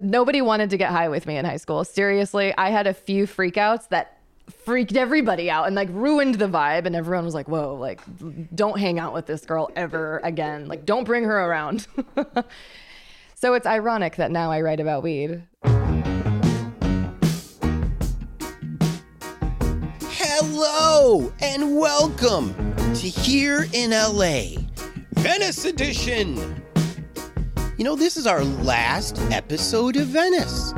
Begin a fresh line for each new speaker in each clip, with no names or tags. Nobody wanted to get high with me in high school. Seriously, I had a few freakouts that freaked everybody out and like ruined the vibe and everyone was like whoa like don't hang out with this girl ever again like don't bring her around so it's ironic that now i write about weed
Hello and welcome to Here in LA, Venice Edition. You know, this is our last episode of Venice.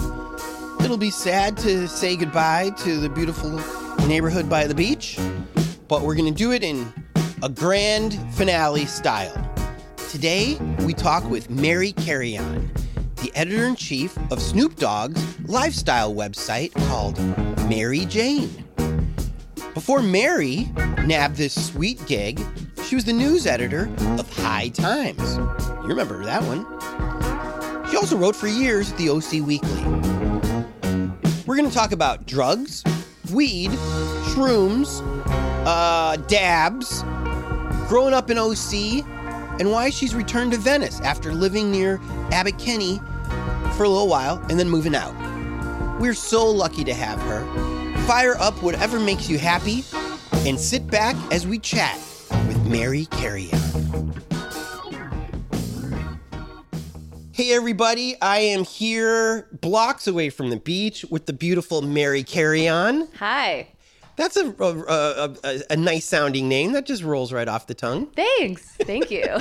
It'll be sad to say goodbye to the beautiful neighborhood by the beach, but we're going to do it in a grand finale style. Today, we talk with Mary Carrion, the editor in chief of Snoop Dogg's lifestyle website called Mary Jane. Before Mary nabbed this sweet gig, she was the news editor of High Times. You remember that one. She also wrote for years at the OC Weekly. We're going to talk about drugs, weed, shrooms, uh, dabs, growing up in OC, and why she's returned to Venice after living near Abbot Kinney for a little while and then moving out. We're so lucky to have her. Fire up whatever makes you happy and sit back as we chat with Mary Carrion. Hey everybody, I am here blocks away from the beach with the beautiful Mary Carrion.
hi
That's a, a, a, a, a nice sounding name that just rolls right off the tongue.
thanks thank you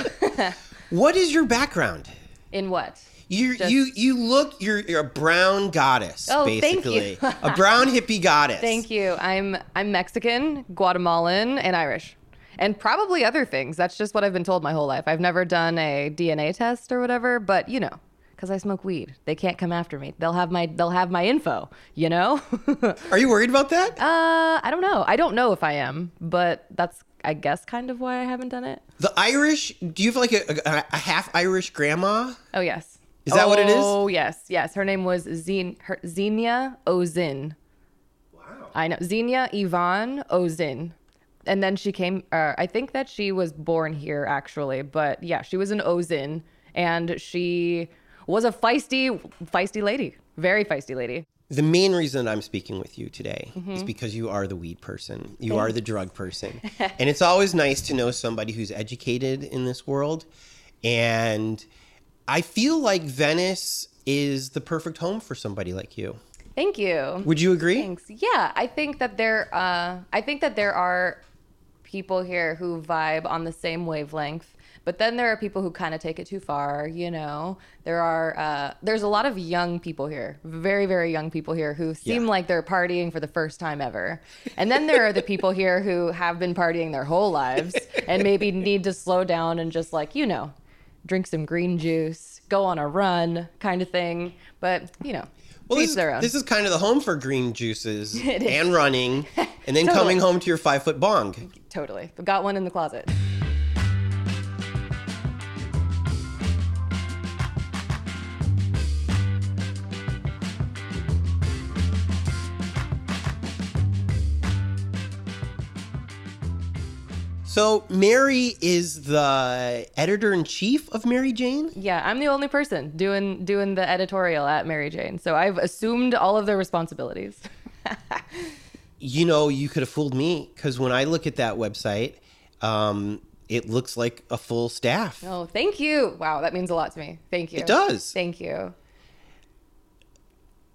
What is your background?
in what
You
Just-
you you look you're you're a brown goddess
Oh, thank
basically.
you.
a brown hippie goddess.
thank you i'm i'm mexican guatemalan and irish and probably other things that's just what i've been told my whole life i've never done a dna test or whatever but you know because i smoke weed they can't come after me they'll have my they'll have my info you know
Are you worried about that?
Uh, I don't know. I don't know if I am, but that's I guess kind of why I haven't done it.
the Irish, do you have like a, a, a half Irish grandma?
Oh yes.
Is that what it is?
Oh yes, yes. Her name was Zin her, Xenia Ozin. Wow. I know Xenia Yvonne Ozin, and then she came. Uh, I think that she was born here actually, but yeah, she was an Ozin, and she was a feisty, feisty lady. Very feisty lady.
The main reason I'm speaking with you today is
Mm-hmm.
because you are the weed person. You are the drug person. and it's always nice to know somebody who's educated in this world. And I feel like Venice is the perfect home for somebody like you.
Thank you.
Would you agree?
Thanks. Yeah, I think that there. Uh, I think that there are people here who vibe on the same wavelength, but then there are people who kind of take it too far. You know, there are. Uh, there's a lot of young people here, very very young people here who seem
Yeah.
like they're partying for the first time ever, and then there are the people here who have been partying their whole lives and maybe need to slow down and just like you know, drink some green juice, go on a run, kind of thing. But you know.
Well,
to
this
each
is,
their own.
this is kind of the home for green juices
It is.
and running, and then
Totally.
coming home to your five foot bong.
Totally. I've got one in the closet.
So Mary is the editor in chief of Mary Jane.
Yeah, I'm the only person doing doing the editorial at Mary Jane. So I've assumed all of the responsibilities.
You know, you could have fooled me because when I look at that website, um, it looks like a full staff.
Oh, thank you. Wow, that means a lot to me. Thank you.
It does.
Thank you.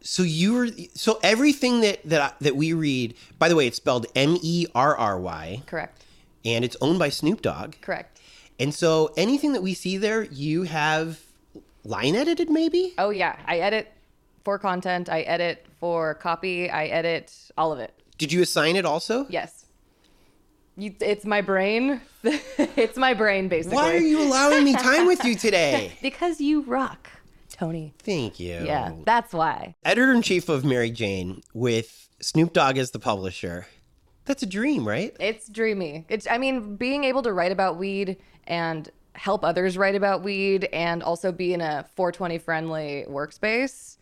So you were so everything that that I, that we read. By the way, it's spelled M E R R Y,
Correct.
and it's owned by Snoop Dogg.
Correct.
And so anything that we see there, you have line edited, maybe.
Oh yeah, I edit for content, I edit for copy, I edit all of it.
Did you assign it also?
Yes. You, it's my brain. it's my brain basically.
Why are you allowing me time with you today?
Because you rock, Tony.
Thank you.
Yeah, that's why.
Editor in chief of Mary Jane with Snoop Dogg as the publisher. That's a dream, right?
It's dreamy. It's I mean, being able to write about weed and help others write about weed and also be in a 420 friendly workspace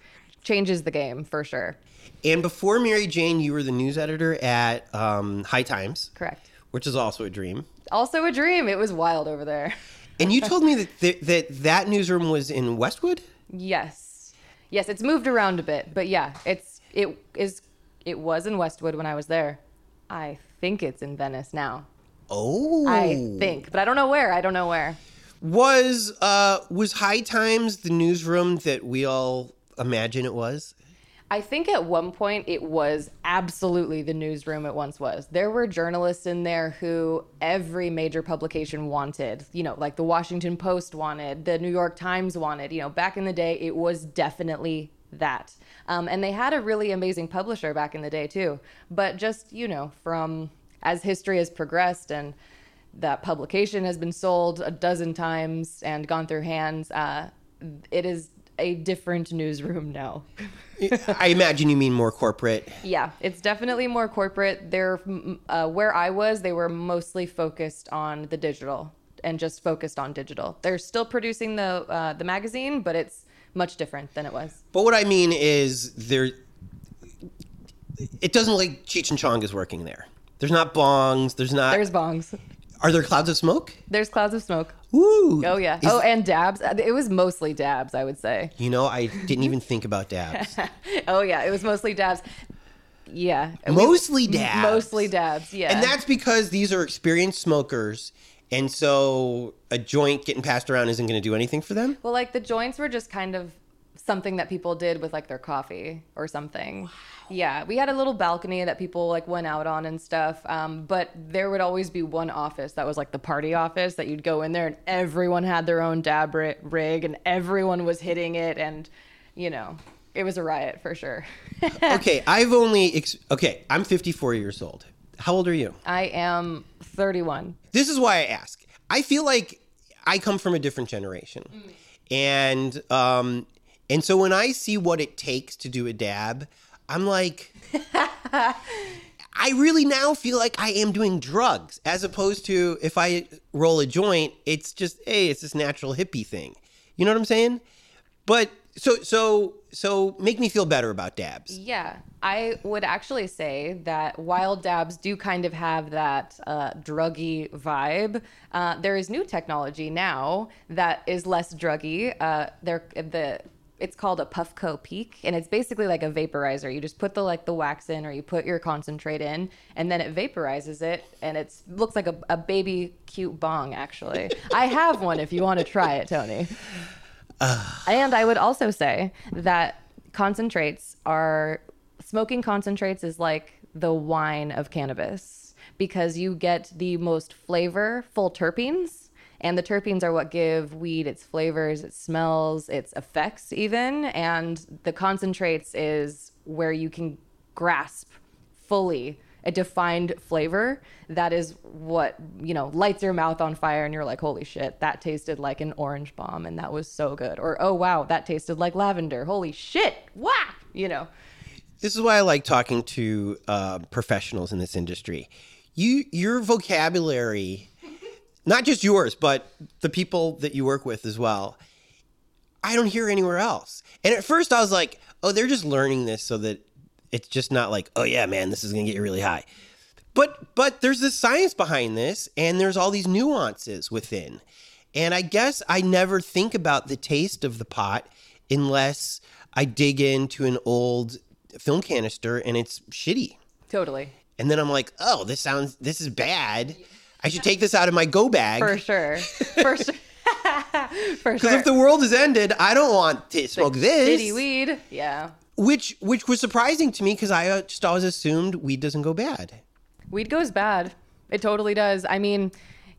changes the game for sure.
And before Mary Jane, you were the news editor at um, High Times,
Correct.
which is also a dream.
Also a dream. It was wild over there.
And you told me that th- that that newsroom was in Westwood.
Yes. Yes, it's moved around a bit, but yeah, it's it is it was in Westwood when I was there. I think it's in Venice now.
Oh,
I think, but I don't know where. I don't know where.
was uh was High Times the newsroom that we all imagine it was?
I think at one point it was absolutely the newsroom it once was. There were journalists in there who every major publication wanted, you know, like the Washington Post wanted, the New York Times wanted. You know, back in the day, it was definitely that. Um, and they had a really amazing publisher back in the day, too. But just, you know, from as history has progressed and that publication has been sold a dozen times and gone through hands, uh, it is a different newsroom now.
I imagine you mean more corporate.
Yeah, it's definitely more corporate. They're mm, uh, where I was. They were mostly focused on the digital and just focused on digital. They're still producing the uh, the magazine, but it's much different than it was.
But what I mean is there it doesn't look like Cheech and Chong is working there. There's not bongs, there's not
There's bongs.
are there clouds of smoke?
There's clouds of smoke.
Ooh.
Oh yeah.
Is-
oh, and dabs. Uh, It was mostly dabs, I would say.
You know, I didn't even think about dabs.
Oh yeah, it was mostly dabs. Yeah. We-
Mostly dabs.
Mostly dabs. Yeah.
And that's because these are experienced smokers, and so a joint getting passed around isn't going to do anything for them.
Well, like the joints were just kind of something that people did with like their coffee or something. Yeah, we had a little balcony that people like went out on and stuff. Um, but there would always be one office that was like the party office that you'd go in there and everyone had their own dab ri- rig and everyone was hitting it and you know it was a riot for sure.
Okay, I've only ex- okay. I'm 54 years old. How old are you?
I am 31.
This is why I ask. I feel like I come from a different generation, and um, and so when I see what it takes to do a dab, I'm like, I really now feel like I am doing drugs, as opposed to if I roll a joint, it's just hey, it's this natural hippie thing. You know what I'm saying? But so so so make me feel better about dabs.
Yeah, I would actually say that wild dabs do kind of have that uh, druggy vibe. Uh, there is new technology now that is less druggy. Uh, there, the it's called a Puffco Peak, and it's basically like a vaporizer. You just put the like the wax in, or you put your concentrate in, and then it vaporizes it, and it looks like a, a baby cute bong. Actually, I have one if you want to try it, Tony. And I would also say that concentrates are smoking concentrates is like the wine of cannabis because you get the most flavorful terpenes and the terpenes are what give weed its flavors, its smells, its effects even and the concentrates is where you can grasp fully a defined flavor that is what you know lights your mouth on fire and you're like holy shit that tasted like an orange bomb and that was so good or oh wow that tasted like lavender holy shit wow you know
This is why I like talking to uh, professionals in this industry. You, your vocabulary, not just yours, but the people that you work with as well. I don't hear anywhere else. And at first, I was like, "Oh, they're just learning this so that it's just not like, oh yeah, man, this is gonna get you really high." But but there's this science behind this, and there's all these nuances within. And I guess I never think about the taste of the pot unless I dig into an old film canister and it's shitty.
totally
And then I'm like, oh, this sounds this is bad. I should take this out of my go bag.
for sure for sure for
Because
sure
if the world is ended, I don't want to smoke this.
Shitty weed yeah
Which which was surprising to me because I uh, just always assumed weed doesn't go bad.
Weed goes bad. It totally does. I mean,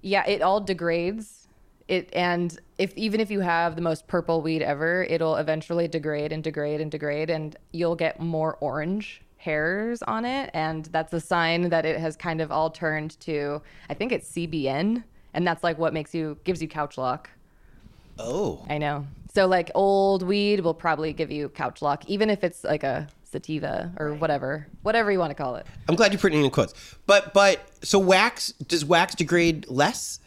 yeah, it all degrades. It and if even if you have the most purple weed ever, it'll eventually degrade and degrade and degrade and you'll get more orange hairs on it and that's a sign that it has kind of all turned to I think it's CBN and that's like what makes you gives you couch lock.
Oh.
I know. So like old weed will probably give you couch lock even if it's like a sativa or whatever, whatever you want to call it.
I'm glad you put it in quotes. But but so wax does wax degrade less?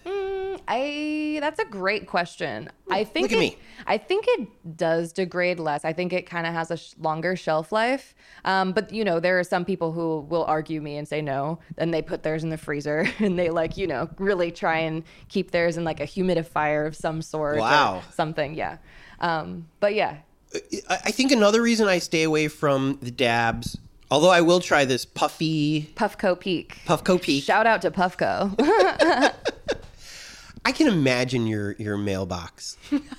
I that's a great question. I think
look at
it-
me.
I think it does degrade less. I think it kind of has a sh- longer shelf life. Um, but you know, there are some people who will argue me and say no, and they put theirs in the freezer and they like you know really try and keep theirs in like a humidifier of some sort. or
Wow.
something, yeah. Um, but yeah,
I I think another reason I stay away from the dabs, although I will try this puffy
Puffco Peak.
Puffco Peak.
Shout out to Puffco.
I can imagine your your mailbox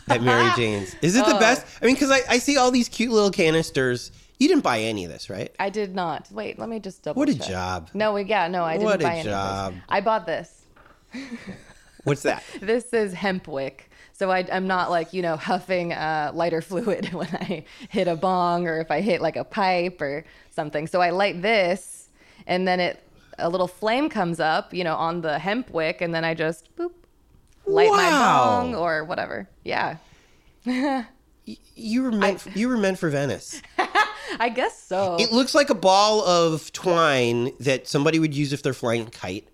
at Mary Jane's. Is it the best? I mean, because I, I see all these cute little canisters. You didn't buy any of this, right?
I did not. Wait, let me just double
What a
check.
job.
No, we- yeah, no, I didn't
What a
buy any of
job.
this. I bought this.
What's that?
This is hemp wick. So I, I'm not like, you know, huffing uh, lighter fluid when I hit a bong or if I hit like a pipe or something. So I light this and then it a little flame comes up, you know, on the hemp wick and then I just boop light my
Wow.
bong or whatever. Yeah.
You were meant. you were meant for Venice.
I guess so.
It looks like a ball of twine that somebody would use if they're flying a kite.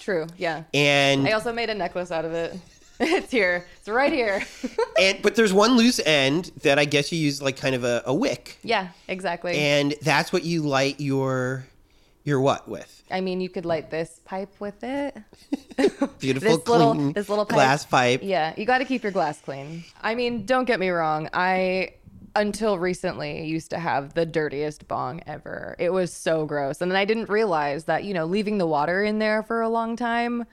True. Yeah.
And
I also made a necklace out of it. It's here. It's right here.
and but there's one loose end that I guess you use like kind of a, a wick,
yeah, exactly.
and that's what you light your your what with.
I mean, you could light this pipe with it.
Beautiful
This
clean
little- this little pipe.
glass pipe.
Yeah, you got to keep your glass clean. I mean, don't get me wrong. I until recently used to have the dirtiest bong ever. It was so gross. And then I didn't realize that, you know, leaving the water in there for a long time,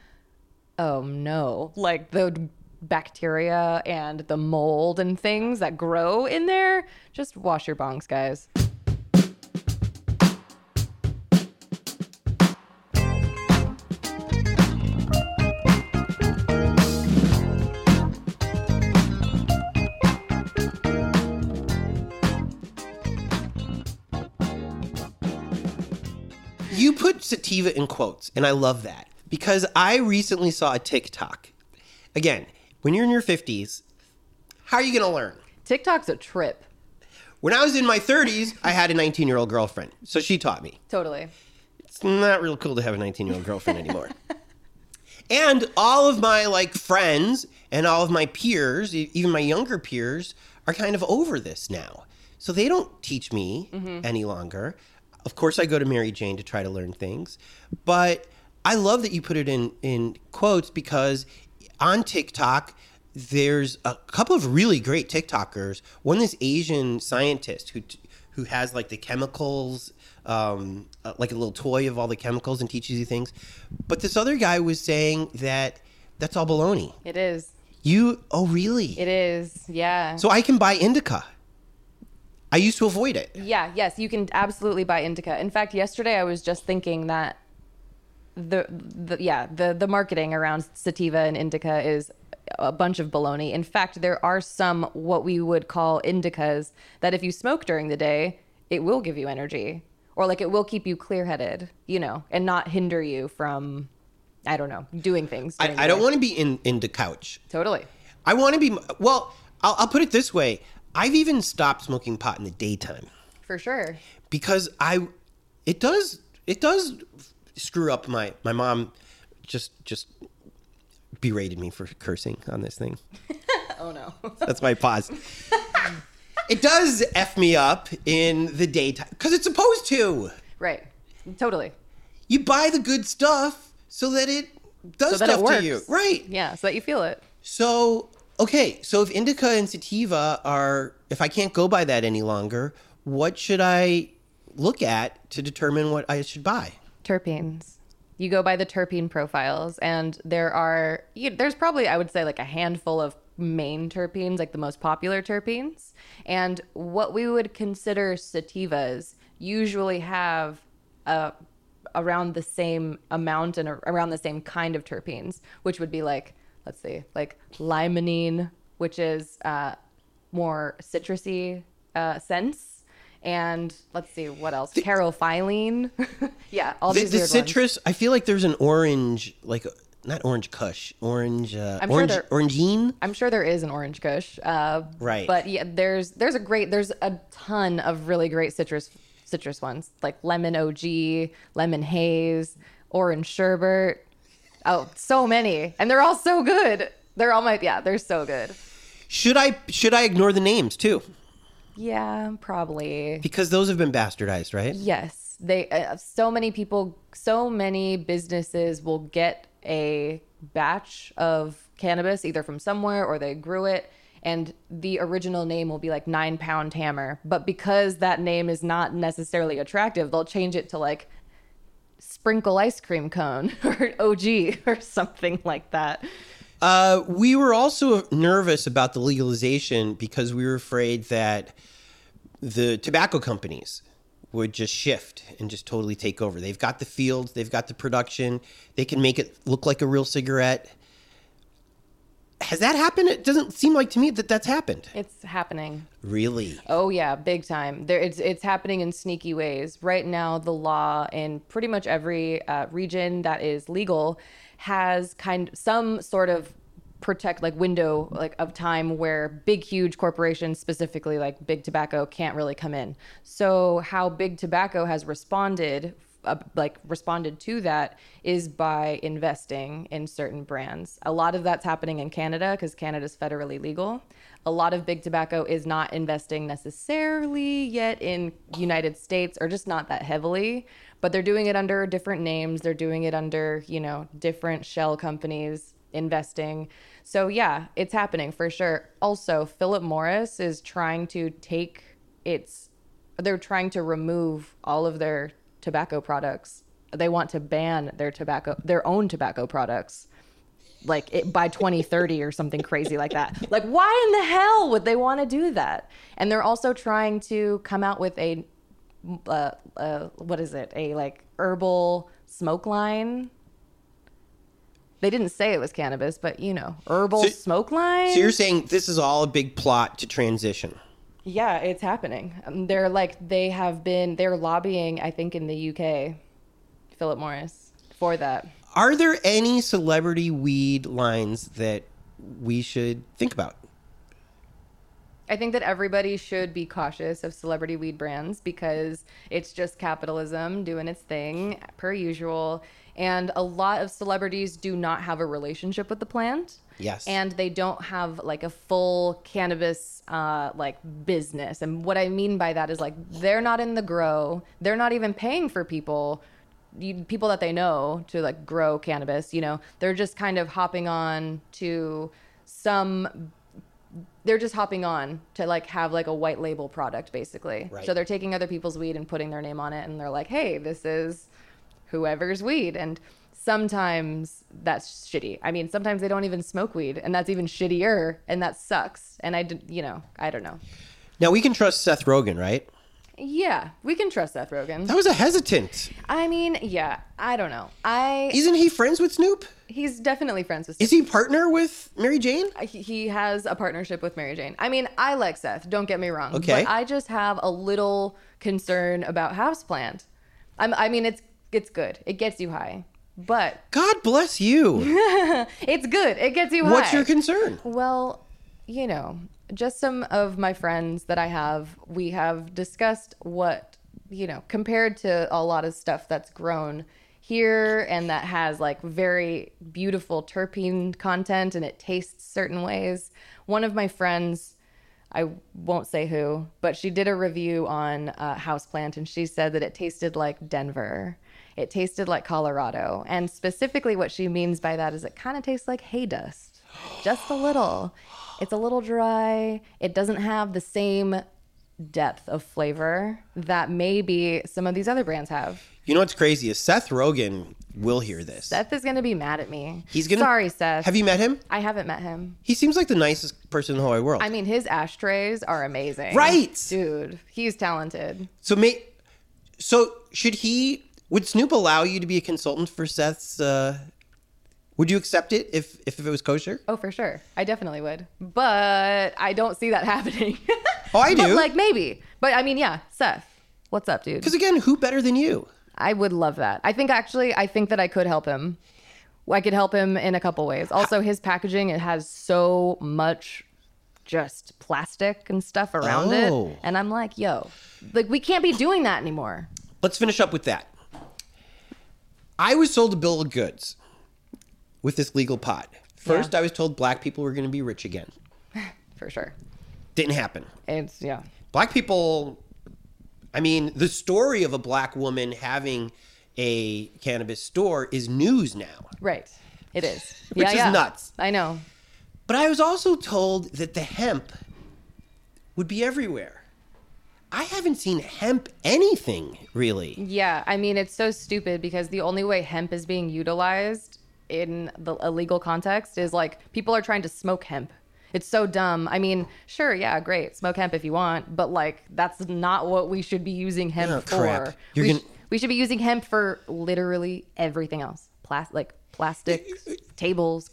oh no. Like the bacteria and the mold and things that grow in there, just wash your bongs, guys.
You put sativa in quotes, and I love that because I recently saw a TikTok. Again, when you're in your 50s, how are you going to learn?
TikTok's a trip.
When I was in my 30s, I had a 19 year old girlfriend, so she taught me.
Totally.
It's not real cool to have a 19 year old girlfriend anymore. and all of my like friends and all of my peers, e- even my younger peers, are kind of over this now. So they don't teach me any longer. Of course, I go to Mary Jane to try to learn things, but I love that you put it in in quotes because on TikTok. There's a couple of really great TikTokers. One, this Asian scientist who t- who has like the chemicals, um, uh, like a little toy of all the chemicals and teaches you things. But this other guy was saying that that's all baloney.
It is.
You, oh, really?
It is. Yeah.
so I can buy indica. I used to avoid it.
Yeah, yes, you can absolutely buy indica. In fact, yesterday I was just thinking that the, the yeah, the the marketing around sativa and indica is a bunch of baloney. In fact, there are some what we would call indicas that if you smoke during the day, it will give you energy or like it will keep you clear-headed, you know, and not hinder you from I don't know, doing things. during the
I, I don't
day.
want to be in, in the couch.
Totally.
I want to be, well, I'll, I'll put it this way I've even stopped smoking pot in the daytime.
For sure.
because I it does it does screw up my my mom just just berated me for cursing on this thing.
Oh no.
That's my pause. it does f me up in the daytime because it's supposed to.
right. Totally.
You buy the good stuff so that it does
So that it
stuff
works.
to you, right?
Yeah, so that you feel it.
So okay, so if indica and sativa are if I can't go by that any longer, what should I look at to determine what I should buy?
terpenes. You go by the terpene profiles, and there are you, there's probably I would say like a handful of main terpenes, like the most popular terpenes, and what we would consider sativas usually have a around the same amount and ar- around the same kind of terpenes, which would be like let's see, like limonene, which is uh, more citrusy uh, scents. And let's see what else. Carophyllene, yeah, all
the,
these
the
weird ones.
citrus. I feel like there's an orange, like not orange Kush, orange, uh,
I'm sure
orange,
there-
orangeine.
I'm sure there is an orange kush. Uh,
Right.
But yeah, there's there's a great there's a ton of really great citrus citrus ones like lemon OG, lemon haze, orange sherbet. Oh, so many, and they're all so good. They're all my yeah, they're so good.
Should I should I ignore the names too?
Yeah, probably.
Because those have been bastardized, right?
Yes, they. Uh, so many people, so many businesses will get a batch of cannabis either from somewhere or they grew it, and the original name will be like Nine Pound Hammer. But because that name is not necessarily attractive, they'll change it to like Sprinkle Ice Cream Cone or OG or something like that.
Uh, we were also nervous about the legalization because we were afraid that the tobacco companies would just shift and just totally take over. They've got the field, they've got the production, they can make it look like a real cigarette. Has that happened? It doesn't seem like to me that that's happened.
It's happening.
Really?
Oh yeah, big time. There, it's it's happening in sneaky ways. Right now, the law in pretty much every uh, region that is legal has kind some sort of protect like window like of time where big huge corporations specifically like big tobacco can't really come in so how big tobacco has responded uh, like responded to that is by investing in certain brands a lot of that's happening in canada because canada's federally legal a lot of big tobacco is not investing necessarily yet in united states or just not that heavily but they're doing it under different names they're doing it under you know different shell companies investing. So yeah, it's happening for sure. Also, Philip Morris is trying to take its they're trying to remove all of their tobacco products. They want to ban their tobacco their own tobacco products. Like it, by 2030 or something crazy like that. Like, why in the hell would they want to do that? And they're also trying to come out with a, uh, uh, what is it? A like herbal smoke line they didn't say it was cannabis, but you know, herbal
So-
smoke line.
So you're saying this is all a big plot to transition?
yeah, it's happening. Um, They're like they have been they're lobbying, I think, in the UK, Philip Morris for that.
Are there any celebrity weed lines that we should think about?
I think that everybody should be cautious of celebrity weed brands because it's just capitalism doing its thing per usual. And a lot of celebrities do not have a relationship with the plant.
Yes.
And they don't have like a full cannabis uh, like business. And what I mean by that is like they're not in the grow, they're not even paying for people. You, people that they know to like grow cannabis, you know, they're just kind of hopping on to some they're just hopping on to like have like a white label product basically.
Right.
So they're taking other people's weed and putting their name on it and they're like, "Hey, this is whoever's weed." And sometimes that's shitty. I mean, sometimes they don't even smoke weed and that's even shittier and that sucks. And I d- you know, I don't know.
Now we can trust Seth Rogen, right?
Yeah, we can trust Seth Rogen.
That was a hesitant.
I mean, yeah, I don't know. I
Isn't he friends with Snoop?
he's definitely friends with
Is he partner with Mary Jane?
he- he has a partnership with Mary Jane. I mean, I like Seth. Don't get me wrong.
Okay.
But I just have a little concern about houseplant. I'm, I mean, it's it's good. It gets you high, but
God bless you.
it's good. It gets you high.
What's your concern?
Well, you know, just some of my friends that I have, we have discussed what, you know, compared to a lot of stuff that's grown here and that has like very beautiful terpene content and it tastes certain ways. One of my friends, I won't say who, but she did a review on uh, Houseplant and she said that it tasted like Denver. It tasted like Colorado. And specifically, what she means by that is it kind of tastes like hay dust, just a little. It's a little dry. It doesn't have the same depth of flavor that maybe some of these other brands have.
You know what's crazy is Seth Rogen will hear this.
Seth is going to be mad at me.
He's gonna.
Sorry, Seth.
Have you met him?
I haven't met him.
He seems like the nicest person in the whole wide world.
I mean, his ashtrays are amazing.
Right.
Dude, he's talented.
so may, so should he? Would Snoop allow you to be a consultant for Seth's? Uh, would you accept it if if it was kosher?
Oh, for sure. I definitely would. But I don't see that happening.
Oh, I
But
do.
like maybe. But I mean, yeah, Seth. What's up, dude?
Because again, who better than you?
I would love that. I think actually I think that I could help him. I could help him in a couple ways. Also, his packaging it has so much just plastic and stuff around
Oh.
it. And I'm like, yo, like we can't be doing that anymore.
Let's finish up with that. I was sold a bill of goods with this legal pot. First, I was told black people were going to be rich again.
For sure.
Didn't happen.
It's yeah.
black people i mean the story of a black woman having a cannabis store is news now
Right. It is.
Which
yeah,
is
yeah.
nuts.
I know.
But I was also told that the hemp would be everywhere. I haven't seen hemp anything really.
Yeah, I mean it's so stupid because the only way hemp is being utilized in the illegal context is like people are trying to smoke hemp. It's so dumb. I mean, sure, yeah, great, smoke hemp if you want, but like that's not what we should be using hemp
Oh,
for.
crap. You're
we,
gonna-
sh- we should be using hemp for literally everything else. Plas- like plastics, tables,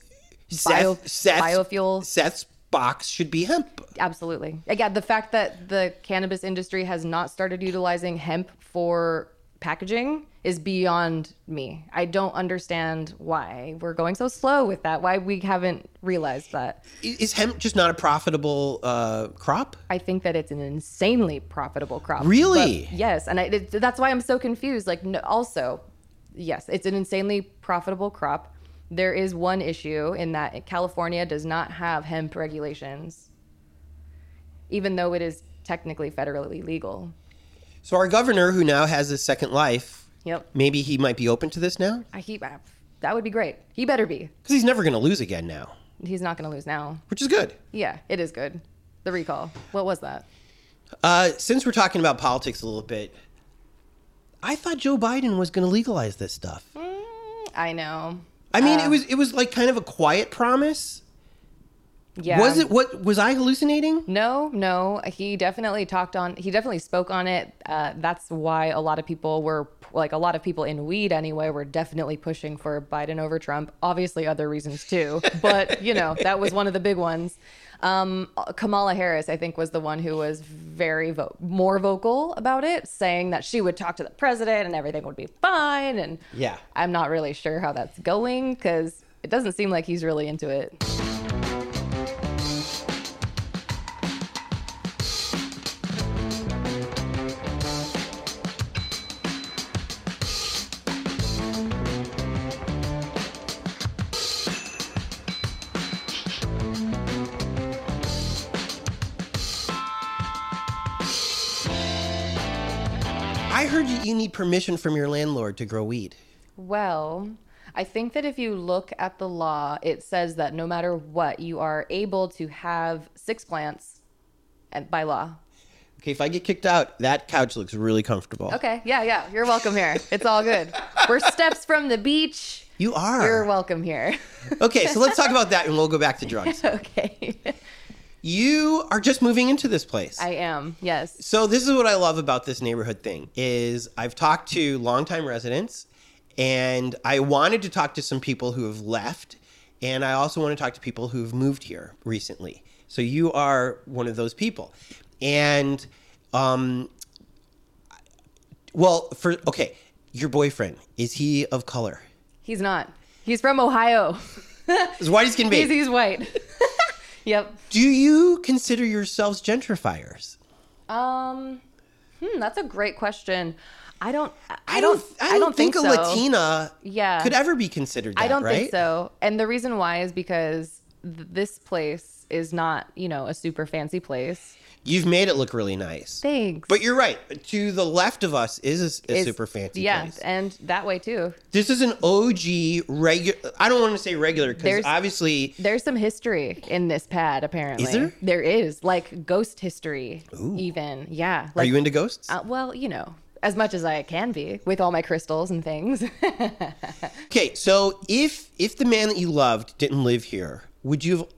bio- biofuels.
Seth's box should be hemp.
Absolutely. Again, the fact that the cannabis industry has not started utilizing hemp for packaging is beyond me. I don't understand why we're going so slow with that, why we haven't realized that.
I- Is hemp just not a profitable uh, crop?
I think that it's an insanely profitable crop.
Really?
But yes, and I, it, that's why I'm so confused. Like, no, also, yes, it's an insanely profitable crop. There is one issue in that California does not have hemp regulations, even though it is technically federally legal.
So our governor, who now has his second life,
Yep.
maybe he might be open to this now
I keep that would be great. He better be.
because he's never going to lose again now,
He's not going to lose now.
which is good.
Yeah, it is good. The recall. What was that?
Uh, since we're talking about politics a little bit, I thought Joe Biden was going to legalize this stuff.
I know.
I mean, it was it was like kind of a quiet promise.
Yeah.
Was it what was I hallucinating?
No, no. He definitely talked on. He definitely spoke on it. Uh, that's why a lot of people were like a lot of people in weed anyway were definitely pushing for Biden over Trump. Obviously, other reasons too, but you know that was one of the big ones. Um, Kamala Harris, I think, was the one who was very vo- more vocal about it, saying that she would talk to the president and everything would be fine. And
Yeah.
I'm not really sure how that's going because it doesn't seem like he's really into it.
I heard you, you need permission from your landlord to grow weed.
Well, I think that if you look at the law, it says that no matter what, you are able to have six plants and by law.
Okay, if I get kicked out, that couch looks really comfortable.
Okay. Yeah, yeah. You're welcome here. It's all good. We're steps from the beach.
You are.
You're welcome here.
okay, so let's talk about that and we'll go back to drugs.
okay.
You are just moving into this place.
I am. Yes.
So this is what I love about this neighborhood thing is I've talked to longtime residents and I wanted to talk to some people who have left and I also want to talk to people who've moved here recently. So you are one of those people. And um well for okay, your boyfriend, is he of color?
He's not. He's from Ohio.
As white as can be.
he's, he's white. yep.
Do you consider yourselves gentrifiers?
Um hmm, that's a great question. I don't I,
I don't think, a
so.
Latina
Yeah.
could ever be considered that,
I don't
right?
think so. And the reason why is because th- this place is not, you know, a super fancy place.
You've made it look really nice.
Thanks.
But you're right. To the left of us is a, a
It's-
super fancy
yeah,
place.
and that way too.
This is an OG regular. I don't want to say regular because
There's-
obviously
There's some history in this pad, apparently.
Is there?
There is, like ghost history, even. Yeah.
are
Like,
you into ghosts?
uh, well, you know, as much as I can be with all my crystals and things.
okay, so if if the man that you loved didn't live here, would you have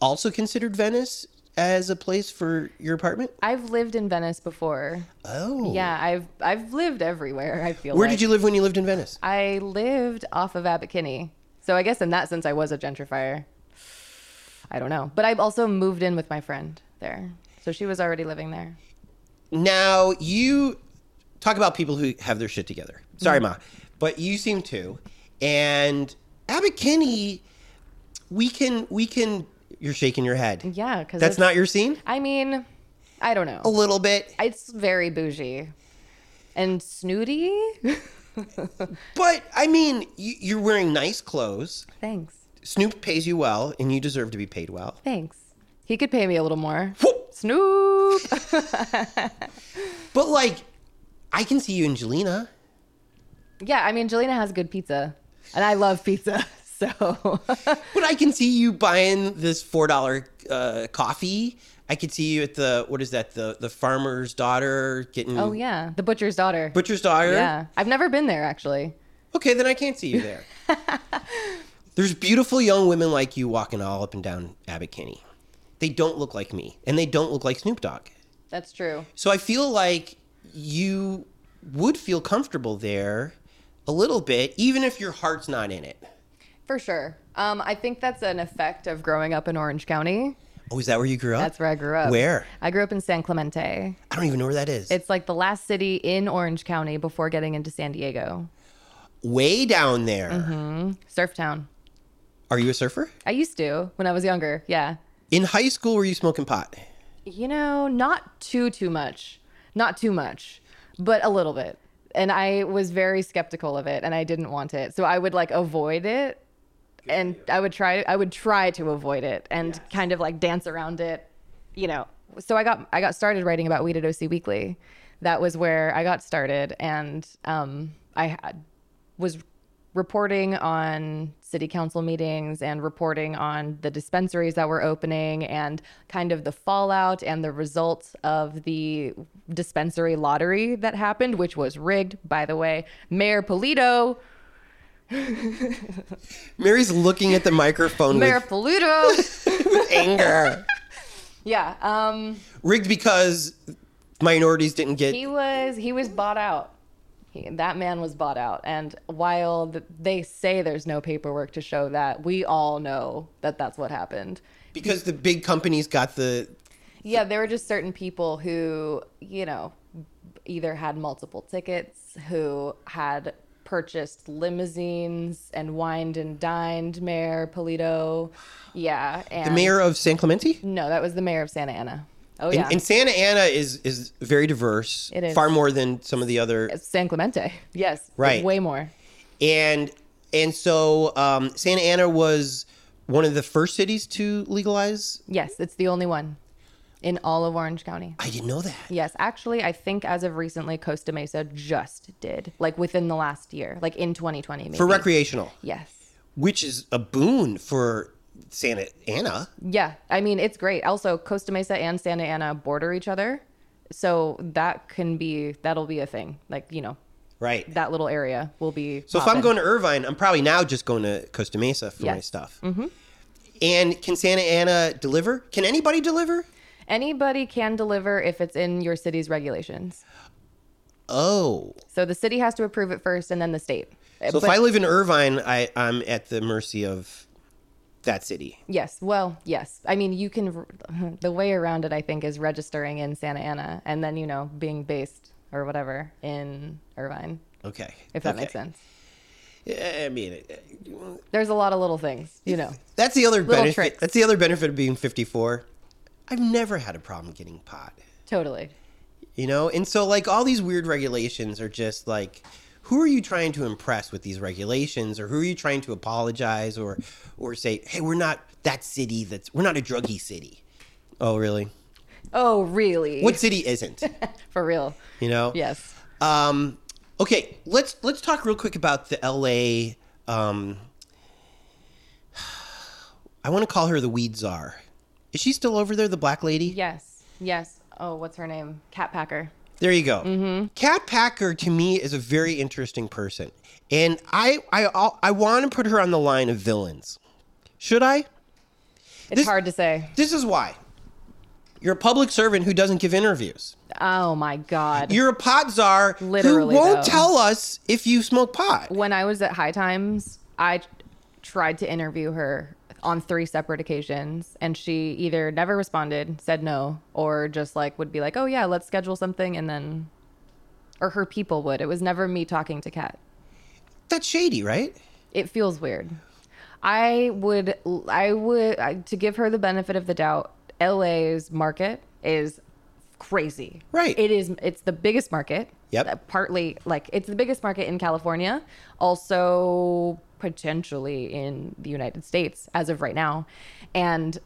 also considered Venice as a place for your apartment?
I've lived in Venice before.
Oh,
Yeah, I've I've lived everywhere. I feel.
Where
like.
did you live when you lived in Venice?
I lived off of Abbot Kinney. So I guess in that sense, I was a gentrifier. I don't know. But I also moved in with my friend there. So she was already living there.
Now you talk about people who have their shit together. Sorry, ma, but you seem to. And Abbott Kinney, we can we can. You're shaking your head.
Yeah. Cause
That's
it's-
not your scene.
I mean, I don't
A
know.
little bit,
It's very bougie and snooty.
but I mean, you, you're wearing nice clothes.
Thanks.
Snoop pays you well, and you deserve to be paid well.
Thanks. He could pay me a little more.
Whoop.
Snoop.
But like, I can see you, Angelina.
yeah. I mean, Jelena has good pizza and I love pizza. So
But I can see you buying this four dollar uh, coffee. I could see you at the what is that the the farmer's daughter getting
Oh yeah, the butcher's daughter.
butcher's daughter.
yeah, I've never been there actually.
Okay, then I can't see you there. There's beautiful young women like you walking all up and down Abbot Kinney. They don't look like me, and they don't look like Snoop Dogg.
That's true.
So I feel like you would feel comfortable there a little bit, even if your heart's not in it.
For sure. Um, I think that's an effect of growing up in Orange County.
Oh, is that where you grew up?
That's where I grew up.
Where?
I grew up in San Clemente.
I don't even know where that is.
It's like the last city in Orange County before getting into San Diego.
Way down there.
Mm-hmm. Surf town.
Are you a surfer?
I used to when I was younger. Yeah.
In high school, were you smoking pot?
You know, not too too much. Not too much, but a little bit. And I was very skeptical of it and I didn't want it. So I would like avoid it and I would try I would try to avoid it and kind of like dance around it, you know. So I got I got started writing about weed at OC Weekly. That was where I got started and um I had, was reporting on city council meetings and reporting on the dispensaries that were opening and kind of the fallout and the results of the dispensary lottery that happened, which was rigged, by the way. Mayor Polito,
Mary's looking at the microphone
Mayor
with,
Polito.
with anger.
yeah. Um
Rigged because minorities didn't get.
he was he was bought out. He, that man was bought out. And while th- they say there's no paperwork to show that, we all know that that's what happened.
because the big companies got the
Yeah, there were just certain people who, you know, either had multiple tickets, who had purchased limousines and wined and dined Mayor Polito. Yeah. And
the mayor of San Clemente.
No, that was the mayor of Santa Ana. Oh,
And,
yeah.
and Santa Ana is is very diverse,
It is.
far more than some of the other.
San Clemente. Yes.
Right.
Way more.
And and so um, Santa Ana was one of the first cities to legalize.
Yes, it's the only one in all of Orange County.
I didn't know that.
Yes, actually, I think as of recently, Costa Mesa just did, like within the last year, like in 2020. Maybe.
for recreational,
Yes.
which is a boon for Santa Ana.
Yeah, I mean it's great. Also, Costa Mesa and Santa Ana border each other, so that can be that'll be a thing. Like you know,
Right.
that little area will be.
so if I'm going to Irvine, I'm probably now just going to Costa Mesa for my
Yes.
stuff. Mm-hmm. And can Santa Ana deliver? Can anybody deliver?
anybody can deliver if it's in your city's regulations.
Oh.
So the city has to approve it first, and then the state.
So if I live in Irvine, I, I'm at the mercy of that city.
Yes. Well, yes. I mean, you can. The way around it, I think, is registering in Santa Ana and then you know being based or whatever in Irvine,
Okay.
if that
Okay.
makes sense.
Yeah, I mean, it-
There's a lot of little things, you know.
that's the other benefit.
tricks.
That's the other benefit of being 54. I've never had a problem getting pot,
Totally.
you know? And so, like, all these weird regulations are just like, who are you trying to impress with these regulations or who are you trying to apologize or or say hey we're not that city that's we're not a druggy city oh really
Oh, really?
what city isn't
For real?
you know
Yes.
Um, okay, let's let's talk real quick about the L.A. Um, I want to call her the weed czar. Is she still over there, the black lady?
Yes. Yes. Oh, what's her name? Cat Packer.
There you go. Mm-hmm. Kat Packer to me is a very interesting person, and I I I'll- I want to put her on the line of villains. Should I?
It's
This-
hard to say.
This is why. You're a public servant who doesn't give interviews.
Oh my God.
You're a pot czar
Literally,
who won't
though.
tell us if you smoke pot.
when I was at High Times, I t- tried to interview her on three separate occasions, and she either never responded, said no, or just like would be like, "Oh yeah, let's schedule something," and then, or her people would. It was never me talking to Kat.
That's shady, right?
It feels weird. I would, I would, I, to give her the benefit of the doubt. LA's market is crazy.
Right.
It is. It's the biggest market.
Yep.
Uh, Partly, like it's the biggest market in California, also potentially in the United States as of right now, and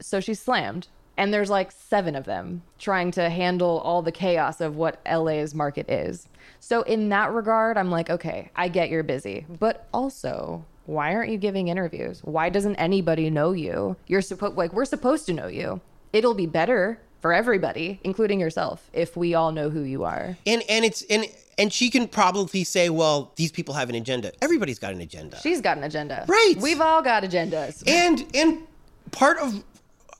so she's slammed. And there's like seven of them trying to handle all the chaos of what LA's market is. So, in that regard, I'm like, okay, I get you're busy. But also, why aren't you giving interviews? Why doesn't anybody know you? You're supposed like we're supposed to know you. It'll be better for everybody, including yourself, if we all know who you are.
And and it's and and she can probably say, well, these people have an agenda. Everybody's got an agenda.
She's got an agenda.
Right.
We've all got agendas.
and and part of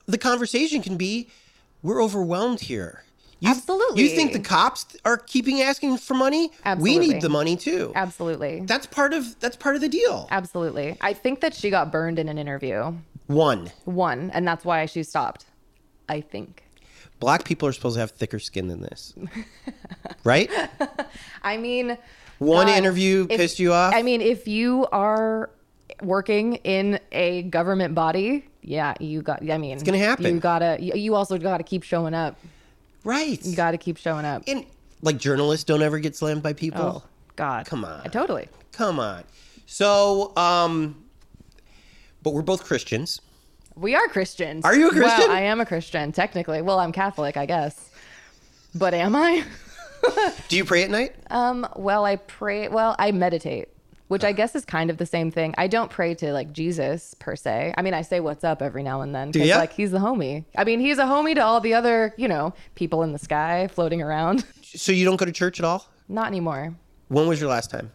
the conversation can be, we're overwhelmed here. You,
Absolutely.
You think the cops are keeping asking for money? We
Absolutely.
need the money too.
Absolutely.
That's part of that's part of the deal.
Absolutely. I think that she got burned in an interview.
One,
One, and that's why she stopped. I think.
black people are supposed to have thicker skin than this, right?
I mean,
One
God,
interview
if-
pissed you off.
I mean, if you are working in a government body, yeah, you got. I mean, it's
gonna happen.
You gotta. You you also gotta keep showing up.
right.
You gotta keep showing up.
and like journalists don't ever get slammed by people.
oh God,
come on.
totally.
Come on. So, um, but we're both Christians.
We are Christians.
Are you a Christian?
Well, I am a Christian technically. Well, I'm Catholic, I guess. But am I?
Do you pray at night?
Um, well, I pray. Well, I meditate, which I guess is kind of the same thing. I don't pray to like Jesus per se. I mean, I say what's up every now and then because
ya?
like he's the homie. I mean, he's a homie to all the other you know people in the sky floating around.
So you don't go to church at all?
Not anymore.
When was your last time?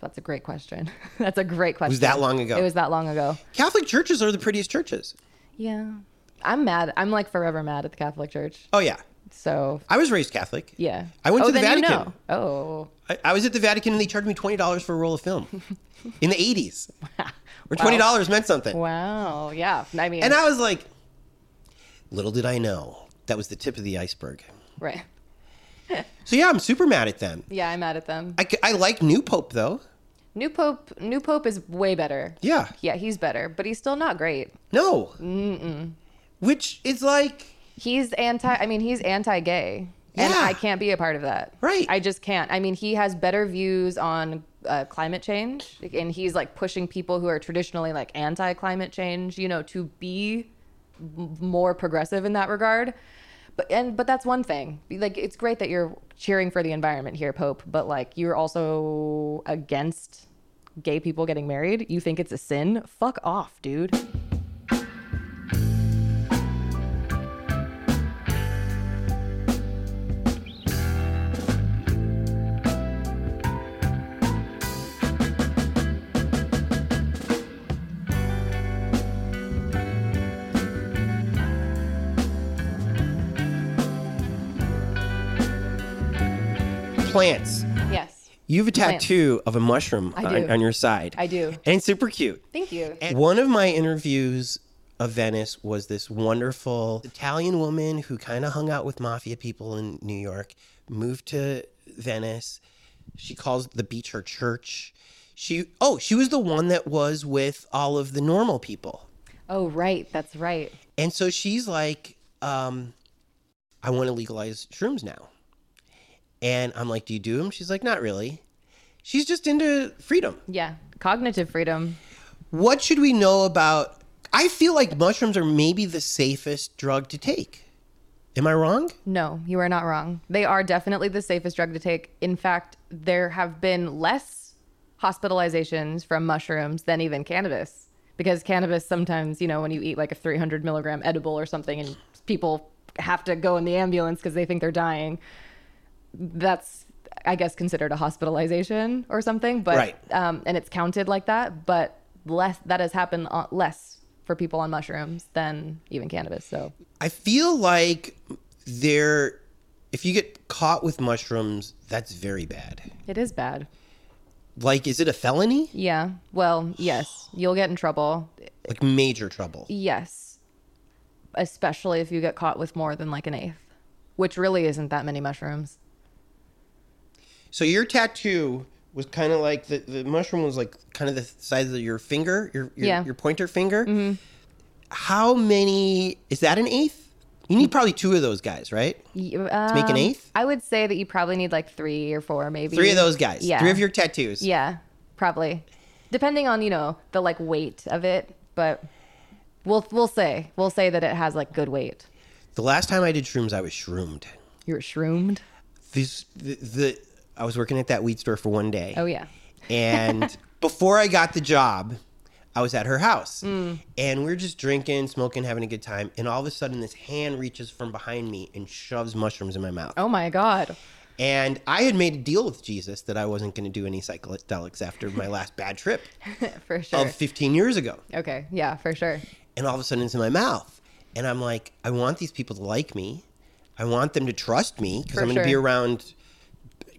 That's a great question. That's a great question.
was that long ago.
It was that long ago.
Catholic churches are the prettiest churches.
Yeah, I'm mad. I'm like forever mad at the Catholic Church.
Oh yeah,
So
I was raised Catholic.
yeah,
I went
oh,
to the
then you
Vatican.
know. Oh,
I, I was at the Vatican and they charged me twenty dollars for a roll of film in the eighties, where
Wow.
twenty dollars meant something.
wow. Yeah, I mean,
And I was like, little did I know that was the tip of the iceberg.
right.
So yeah, I'm super mad at them.
Yeah, I'm mad at them.
I, c- I like new pope though.
New Pope, New Pope is way better.
Yeah.
Yeah, he's better, but he's still not great.
No. Which is like
He's anti. I mean, he's anti-gay, and
Yeah.
I can't be a part of that.
Right.
I just can't. I mean, he has better views on uh, climate change, and he's like pushing people who are traditionally like anti-climate change, you know, to be m- more progressive in that regard. But and but that's one thing. Like, it's great that you're cheering for the environment here, Pope, but like you're also against gay people getting married. You think it's a sin? Fuck off, dude.
plants.
Yes.
You have a tattoo of a mushroom
I
on,
do.
on your side.
I do.
And it's super cute.
Thank you.
And one of my interviews of Venice was this wonderful Italian woman who kind of hung out with mafia people in New York, moved to Venice. She calls the beach her church. She oh, she was the one that was with all of the normal people.
Oh, right. That's right.
And so she's like, um, I want to legalize shrooms now. And I'm like, Do you do them? She's like, Not really. She's just into freedom.
Yeah. Cognitive freedom.
What should we know about? I feel like mushrooms are maybe the safest drug to take. Am I wrong?
No, you are not wrong. They are definitely the safest drug to take. In fact, there have been less hospitalizations from mushrooms than even cannabis because cannabis sometimes, you know, when you eat like a 300 milligram edible or something and people have to go in the ambulance because they think they're dying, that's, I guess, considered a hospitalization or something. But,
Right.
um, and it's counted like that, but less, that has happened uh, less for people on mushrooms than even cannabis. So,
I feel like there, if you get caught with mushrooms, that's very bad.
it is bad.
Like, is it a felony?
Yeah. Well, yes. You'll get in trouble.
Like, major trouble.
Yes. Especially if you get caught with more than like an eighth, which really isn't that many mushrooms.
So your tattoo was kind of like the, the mushroom was like kind of the size of your finger, your your,
Yeah. Mm-hmm.
your pointer finger. How many is that an eighth? You need probably two of those guys, right?
Y- Um,
make an eighth?
I would say that you probably need like three or four, maybe.
Three of those guys.
Yeah.
Three of your tattoos.
Yeah, probably. Depending on, you know, the like weight of it. But we'll, we'll say, we'll say that it has like good weight.
The last time I did shrooms, I was shroomed.
You're shroomed.
This the, the I was working at that weed store for one day.
Oh, yeah.
and before I got the job, I was at her house
Mm.
and we are just drinking, smoking, having a good time. And all of a sudden, this hand reaches from behind me and shoves mushrooms in my mouth.
Oh my God.
And I had made a deal with Jesus that I wasn't going to do any psychedelics after my last bad trip
for sure.
of 15 years ago.
okay. Yeah, for sure.
And all of a sudden, it's in my mouth. And I'm like, I want these people to like me. I want them to trust me because
For
I'm going to be
sure.
around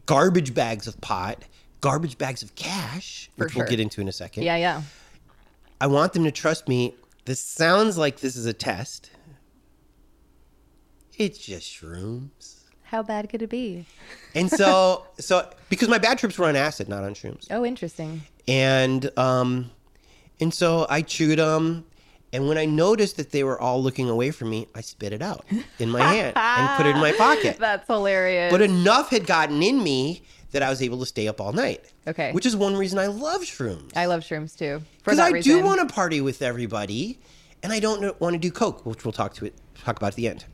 garbage bags of pot, garbage bags of cash,
For
which
sure.
we'll get into in a second.
Yeah, yeah.
I want them to trust me. This sounds like this is a test. It's just shrooms.
How bad could it be?
And so, so because my bad trips were on acid, not on shrooms.
Oh, interesting.
and um, and so I chewed them. And when I noticed that they were all looking away from me, I spit it out in my hand and put it in my pocket.
That's hilarious.
But enough had gotten in me that I was able to stay up all night.
Okay.
Which is one reason I love shrooms.
I love shrooms too. For
Because
that
I
reason.
do want to party with everybody, and I don't want to do coke, which we'll talk to it talk about at the end.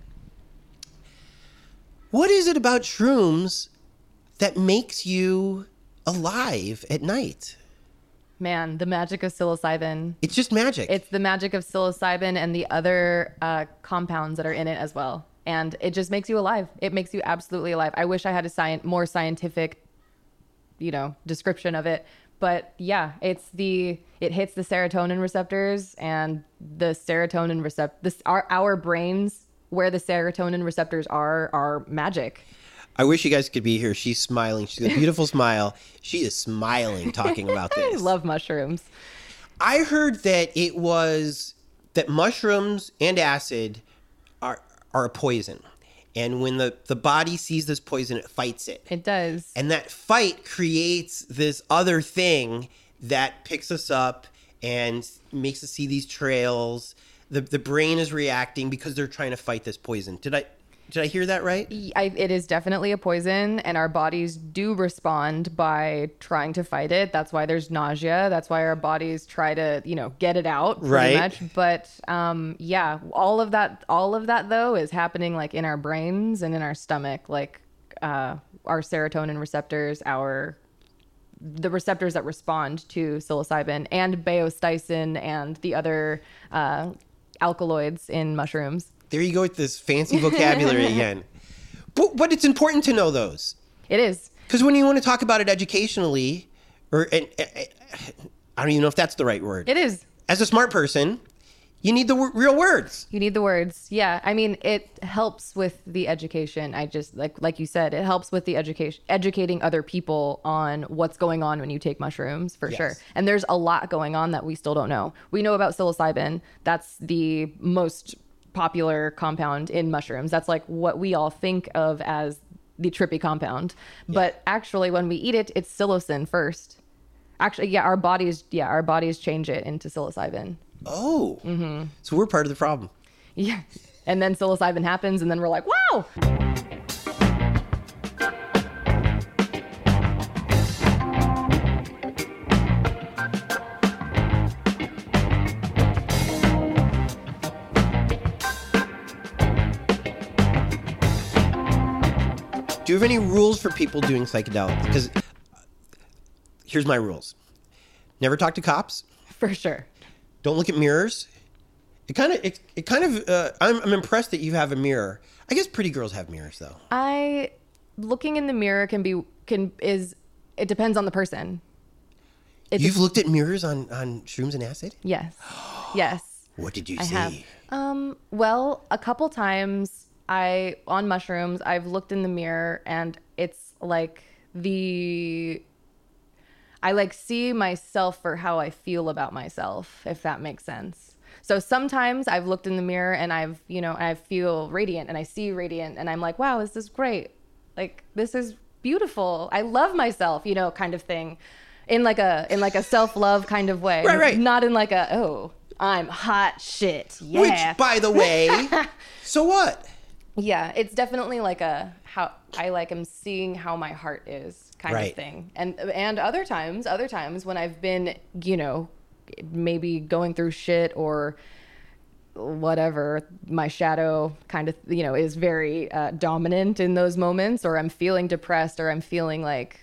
What is it about shrooms that makes you alive at night?
Man, the magic of psilocybin.
It's just magic.
It's the magic of psilocybin and the other uh, compounds that are in it as well. And it just makes you alive. It makes you absolutely alive. I wish I had a sci- more scientific, you know, description of it. But yeah, it's the it hits the serotonin receptors and the serotonin receptor. This our our brains where the serotonin receptors are are magic.
I wish you guys could be here. She's smiling. She's got a beautiful smile. She is smiling talking about
I
this.
love mushrooms.
I heard that it was that mushrooms and acid are are a poison. And when the, the body sees this poison, it fights it.
It does.
And that fight creates this other thing that picks us up and makes us see these trails. The the brain is reacting because they're trying to fight this poison. Did I did I hear that right?
I, it is definitely a poison, and our bodies do respond by trying to fight it. That's why there's nausea. That's why our bodies try to, you know, get it out, pretty
Right.
Much. But um, yeah, all of that, all of that though, is happening like in our brains and in our stomach, like uh, our serotonin receptors, our the receptors that respond to psilocybin and baostysin and the other uh, alkaloids in mushrooms.
There you go with this fancy vocabulary again. But, but it's important to know those
It is.
because when you want to talk about it educationally, or and, and- I don't even know if that's the right word.
It is.
As a smart person, you need the w- real words.
You need the words. Yeah. I mean, it helps with the education. I just like like you said, it helps with the education educating other people on what's going on when you take mushrooms for sure.
Yes.
And there's a lot going on that we still don't know. We know about psilocybin. That's the most popular compound in mushrooms. That's like what we all think of as the trippy compound. But actually when we eat it, it's psilocin first. Actually, yeah, our bodies yeah, our bodies change it into psilocybin.
Oh, so we're part of the problem.
Yeah. And then psilocybin happens, and then we're like, wow.
Do you have any rules for people doing psychedelics? Because here's my rules: never talk to cops.
For sure.
Don't look at mirrors. It kind of it, it kind of uh, I'm, I'm impressed that you have a mirror. I guess pretty girls have mirrors though.
I looking in the mirror can be can is it depends on the person. It
You've looked at mirrors on on shrooms and acid.
yes. Yes.
What did you
I
see?
have. Um, well, a couple times I on mushrooms, I've looked in the mirror and it's like the I like see myself for how I feel about myself, if that makes sense. So sometimes I've looked in the mirror and I've, you know, I feel radiant and I see radiant and I'm like, wow, this is great. Like this is beautiful. I love myself, you know, kind of thing. In like a in like a self-love kind of way.
Right, right.
Not in like a, oh, I'm hot shit. Yeah.
Which, by the way, so what?
yeah, it's definitely like a how I like am seeing how my heart is kind
Right.
of thing. And and other times, other times when I've been, you know, maybe going through shit or whatever my shadow kind of you know is very uh, dominant in those moments or i'm feeling depressed or i'm feeling like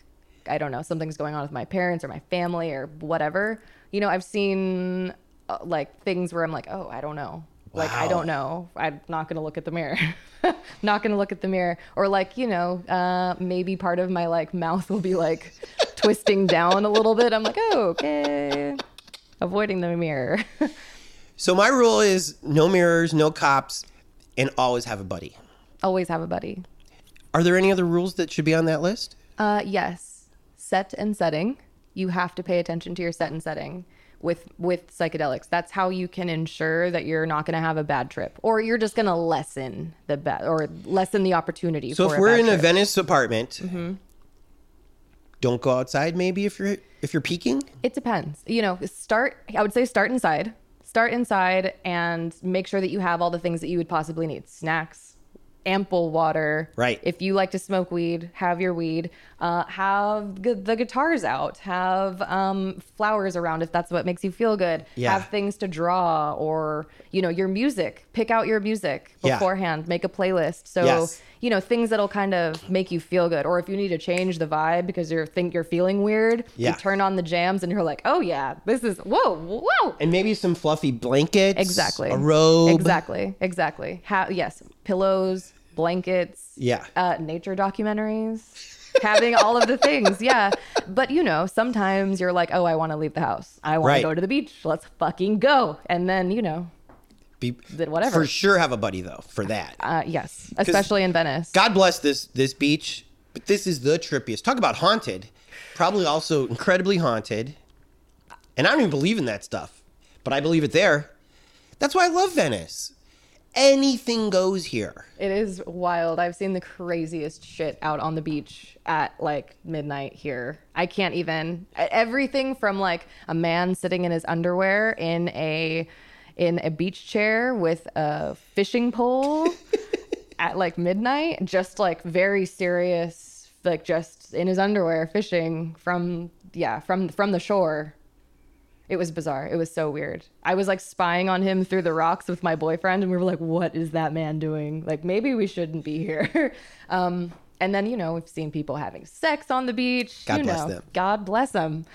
I don't know, something's going on with my parents or my family or whatever. You know, I've seen uh, like things where I'm like, oh, I don't know. Like, I don't know. I'm not going to look at the mirror. not going to look at the mirror. Or, like, you know, uh, maybe part of my like mouth will be like twisting down a little bit. I'm like, oh, okay. Avoiding the mirror.
So my rule is no mirrors, no cops, and always have a buddy.
Always have a buddy.
Are there any other rules that should be on that list?
Uh, yes, set and setting. You have to pay attention to your set and setting with with psychedelics. That's how you can ensure that you're not going to have a bad trip, or you're just going to lessen the bad or lessen the opportunity.
So
for
if we're
bad
in a
trip.
Venice apartment,
Mm-hmm.
don't go outside. Maybe if you're if you're peeking,
It depends. You know, start, I would say start inside. Start inside and make sure that you have all the things that you would possibly need snacks, ample water.
Right.
If you like to smoke weed, have your weed. Uh, have gu- the guitars out. Have um, flowers around if that's what makes you feel good.
Yeah.
Have things to draw or, you know, your music. Pick out your music
Yeah.
beforehand. Make a playlist. So,
Yes.
you know, things that'll kind of make you feel good. Or if you need to change the vibe because you're think you're feeling weird,
Yeah.
you turn on the jams and you're like, oh yeah, this is whoa, whoa.
and maybe some fluffy blankets,
Exactly.
a robe,
Exactly. Exactly. How yes, pillows, blankets.
Yeah.
Uh, nature documentaries. Having all of the things, yeah. But you know, sometimes you're like, oh, I want to leave the house. I want
Right.
to go to the beach. Let's fucking go. And then you know,
Be-
whatever.
For sure, have a buddy though for that.
uh, yes, especially in Venice.
God bless this this beach, but this is the trippiest. Talk about haunted, probably also incredibly haunted. And I don't even believe in that stuff, but I believe it there. That's why I love Venice. Anything goes here.
It is wild. I've seen the craziest shit out on the beach at like midnight here. I can't even. e-, Everything from like a man sitting in his underwear in a in a beach chair with a fishing pole at like midnight, just like very serious, like just in his underwear fishing from yeah, from from the shore. It was bizarre. It was so weird. I was like spying on him through the rocks with my boyfriend, and we were like, "What is that man doing? Like, maybe we shouldn't be here." um, and then you know, we've seen people having sex on the beach.
God
you
bless
know.
them.
God bless them.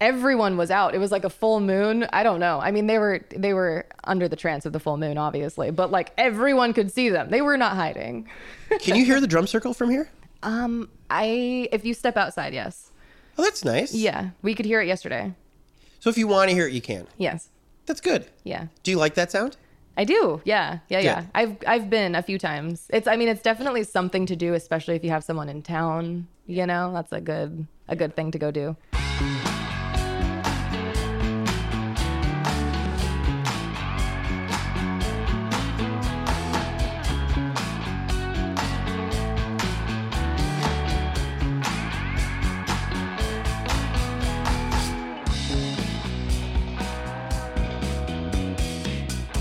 Everyone was out. It was like a full moon. I don't know. I mean, they were they were under the trance of the full moon, obviously, but like everyone could see them. They were not hiding.
Can you hear the drum circle from here?
Um, I if you step outside, yes,
Oh, that's nice.
yeah, we could hear it yesterday.
So if you want to hear it, you can.
Yes,
That's good.
yeah.
Do you like that sound?
I do. Yeah. Yeah. Yeah.
Good.
I've I've been a few times. It's I mean it's definitely something to do, especially if you have someone in town. You know, that's a good a good thing to go do.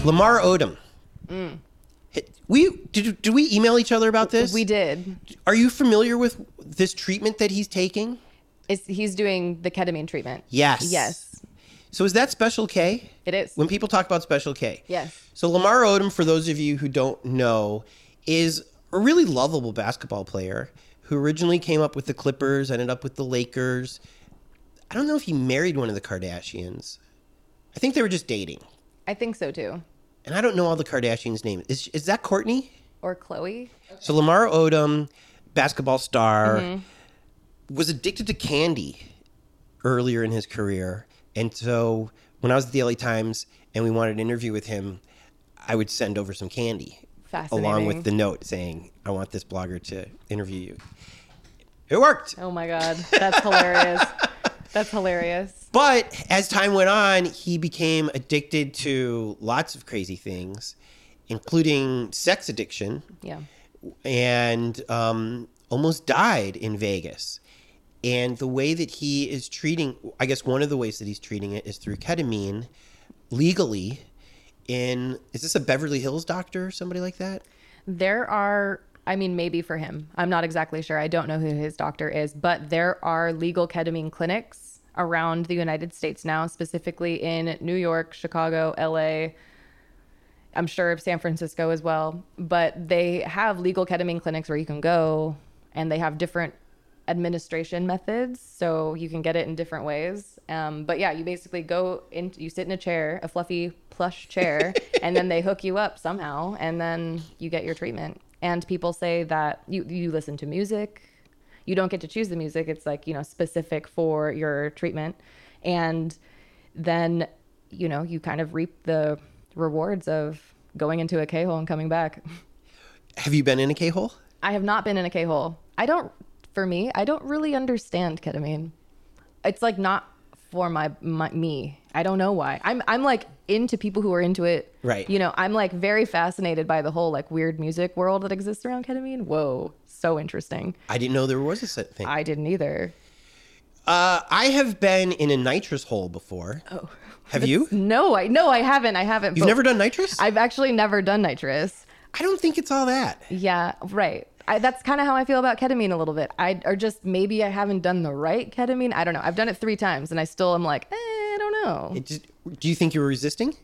Lamar Odom.
Mm.
Hey, We did, did we email each other about this?
We did.
Are you familiar with this treatment that he's taking?
It's, he's doing the ketamine treatment.
Yes.
Yes.
So is that Special K?
It is.
When people talk about Special K.
Yes.
So Lamar Odom, for those of you who don't know, is a really lovable basketball player who originally came up with the Clippers, ended up with the Lakers. I don't know if he married one of the Kardashians. I think they were just dating.
I think so too.
And I don't know all the Kardashians' names. Is, is that Courtney?
Or Chloe.
So Lamar Odom, basketball star, was addicted to candy earlier in his career. And so when I was at the LA Times and we wanted an interview with him, I would send over some candy along
Fascinating.
with the note saying, I want this blogger to interview you. It worked.
Oh my God, that's hilarious. That's hilarious.
But as time went on, he became addicted to lots of crazy things, including sex addiction.
Yeah.
and um, almost died in Vegas. And the way that he is treating, I guess one of the ways that he's treating it is through ketamine legally. In is this a Beverly Hills doctor or somebody like that?
There are, I mean, maybe for him. I'm not exactly sure. I don't know who his doctor is, but there are legal ketamine clinics around the United States now, specifically in New York, Chicago, LA. I'm sure of San Francisco as well, but they have legal ketamine clinics where you can go and they have different administration methods. So you can get it in different ways. Um, but yeah, you basically go in, you sit in a chair, a fluffy plush chair, and then they hook you up somehow, and then you get your treatment. And people say that you, you listen to music. You don't get to choose the music. It's like, you know, specific for your treatment. And then, you know, you kind of reap the rewards of going into a K hole and coming back.
Have you been in a K hole?
I have not been in a K hole. I don't, for me, I don't really understand ketamine. It's like not for my, my me. I don't know why. I'm I'm like into people who are into it.
Right.
You know, I'm like very fascinated by the whole like weird music world that exists around ketamine. Whoa, so interesting.
I didn't know there was a set thing.
I didn't either.
Uh, I have been in a nitrous hole before. Oh. Have you?
No, I no, I haven't. I haven't.
You've
but
never done nitrous?
I've actually never done nitrous.
I don't think it's all that.
Yeah, right. I, that's kind of how I feel about ketamine a little bit. I or just maybe I haven't done the right ketamine. I don't know. I've done it three times and I still am like, eh, I don't know.
It just, do you think you were resisting?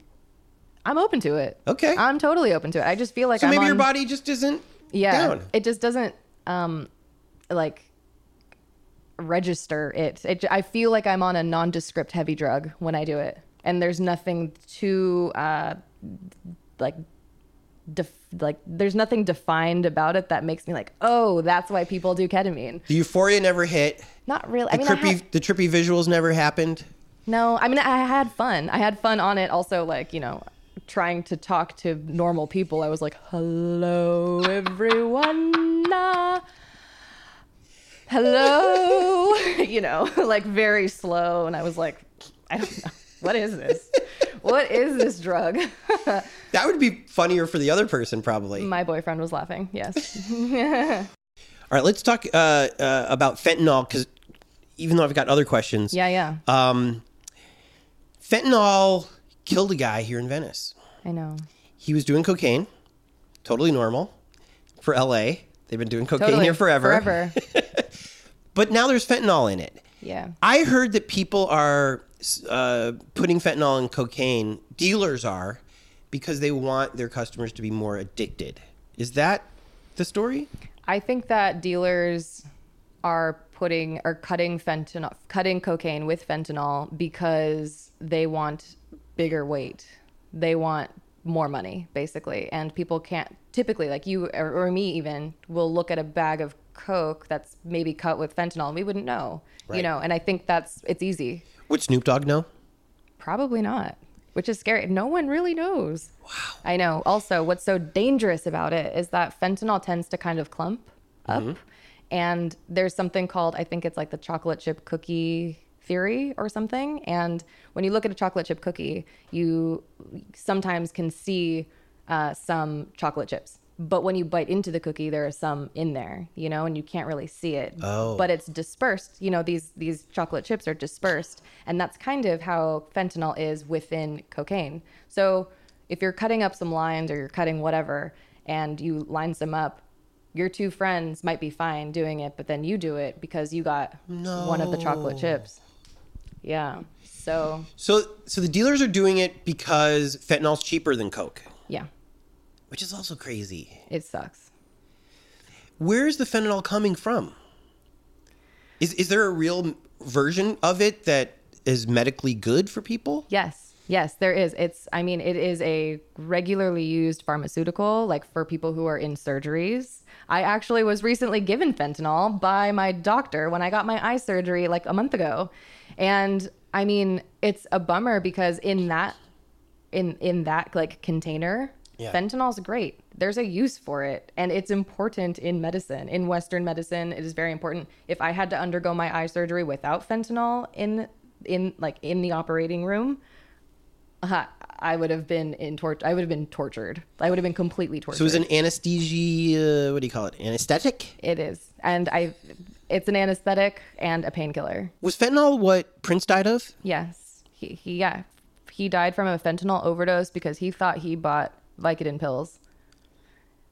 I'm open to it.
Okay.
I'm totally open to it. I just feel like
So
I'm
maybe your
on-
body just isn't
yeah,
down.
it just doesn't um like register it. it. I feel like I'm on a nondescript heavy drug when I do it, and there's nothing too uh like. Def- like there's nothing defined about it that makes me like oh that's why people do ketamine
The euphoria never hit.
not really
The
i mean I
trippy
had-
the trippy visuals never happened.
No, I mean I had fun. I had fun on it. Also, like you know, trying to talk to normal people. I was like, "Hello, everyone." ah. Hello, you know, like very slow, and I was like, "I don't know what is this? What is this drug?"
That would be funnier for the other person probably.
My boyfriend was laughing. Yes,
All right, let's talk uh, uh, about fentanyl because even though I've got other questions,
yeah, yeah,
um, fentanyl killed a guy here in Venice.
I know.
He was doing cocaine, totally normal for LA. They've been doing cocaine
Totally.
here forever.
Forever.
But now there's fentanyl in it.
Yeah.
I heard that people are uh, putting fentanyl in cocaine, dealers are, because they want their customers to be more addicted. Is that the story?
I think that dealers are putting or cutting fentanyl, cutting cocaine with fentanyl because they want bigger weight. They want more money, basically. And people can't typically, like you or, or me, even will look at a bag of coke that's maybe cut with fentanyl and we wouldn't know,
Right.
you know. And I think that's it's easy.
Would Snoop Dogg know?
Probably not, which is scary. No one really knows. Wow. I know. Also, what's so dangerous about it is that fentanyl tends to kind of clump up. And there's something called, I think it's like the chocolate chip cookie theory or something. And when you look at a chocolate chip cookie, you sometimes can see uh, some chocolate chips. But when you bite into the cookie, there are some in there, you know, and you can't really see it.
Oh.
But it's dispersed. You know, these these chocolate chips are dispersed, and that's kind of how fentanyl is within cocaine. So if you're cutting up some lines or you're cutting whatever, and you line some up, your two friends might be fine doing it, but then you do it because you got one of the chocolate chips. Yeah. So
So, so the dealers are doing it because fentanyl's cheaper than coke,
yeah,
which is also crazy.
it sucks.
Where's the fentanyl coming from? Is is there a real version of it that is medically good for people?
Yes. Yes, there is. It's I mean, it is a regularly used pharmaceutical like for people who are in surgeries. I actually was recently given fentanyl by my doctor when I got my eye surgery like a month ago. And I mean, it's a bummer because in that in in that like container
Yeah.
fentanyl's great there's a use for it and it's important in medicine in western medicine it is very important if i had to undergo my eye surgery without fentanyl in in like in the operating room uh, i would have been in tort i would have been tortured i would have been completely tortured
So, is an anesthesia? Uh, what do you call it? Anesthetic?
it is and i it's an anesthetic and a painkiller
Was fentanyl what Prince died of?
Yes. He, he yeah. He died from a fentanyl overdose because he thought he bought Vicodin pills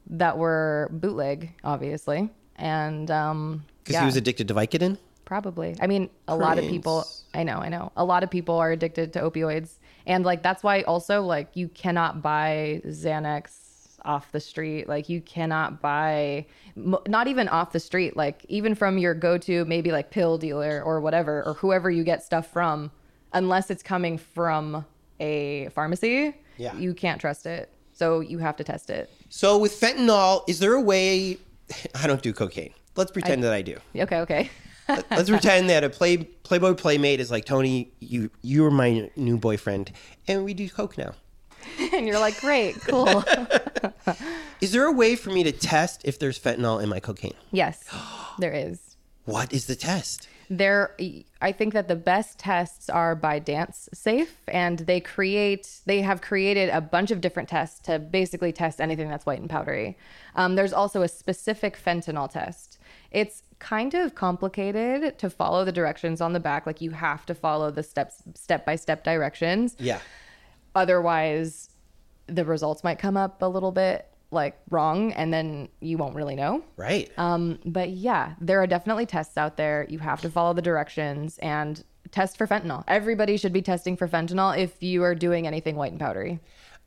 that were bootleg, obviously. And um
Because
yeah,
he was addicted to Vicodin.
probably. I mean, a lot of people
Prince.
I know, I know. A lot of people are addicted to opioids and like that's why also like you cannot buy Xanax off the street. Like you cannot buy, m- not even off the street. Like even from your go-to, maybe like pill dealer or whatever, or whoever you get stuff from, unless it's coming from a pharmacy.
Yeah.
you can't trust it. So you have to test it.
So with fentanyl, is there a way? I don't do cocaine. Let's pretend that I do.
Okay, okay.
Let's pretend that a play Playboy playmate is like Tony. You you are my new boyfriend, and we do coke now.
and you're like, great, cool.
Is there a way for me to test if there's fentanyl in my cocaine?
yes, there is.
What is the test?
there i think that the best tests are by dance safe and they create they have created a bunch of different tests to basically test anything that's white and powdery um, there's also a specific fentanyl test it's kind of complicated to follow the directions on the back like you have to follow the steps step by step directions
Yeah.
otherwise the results might come up a little bit like wrong and then you won't really know
Right.
um, but yeah, there are definitely tests out there. You have to follow the directions and test for fentanyl. Everybody should be testing for fentanyl if you are doing anything white and powdery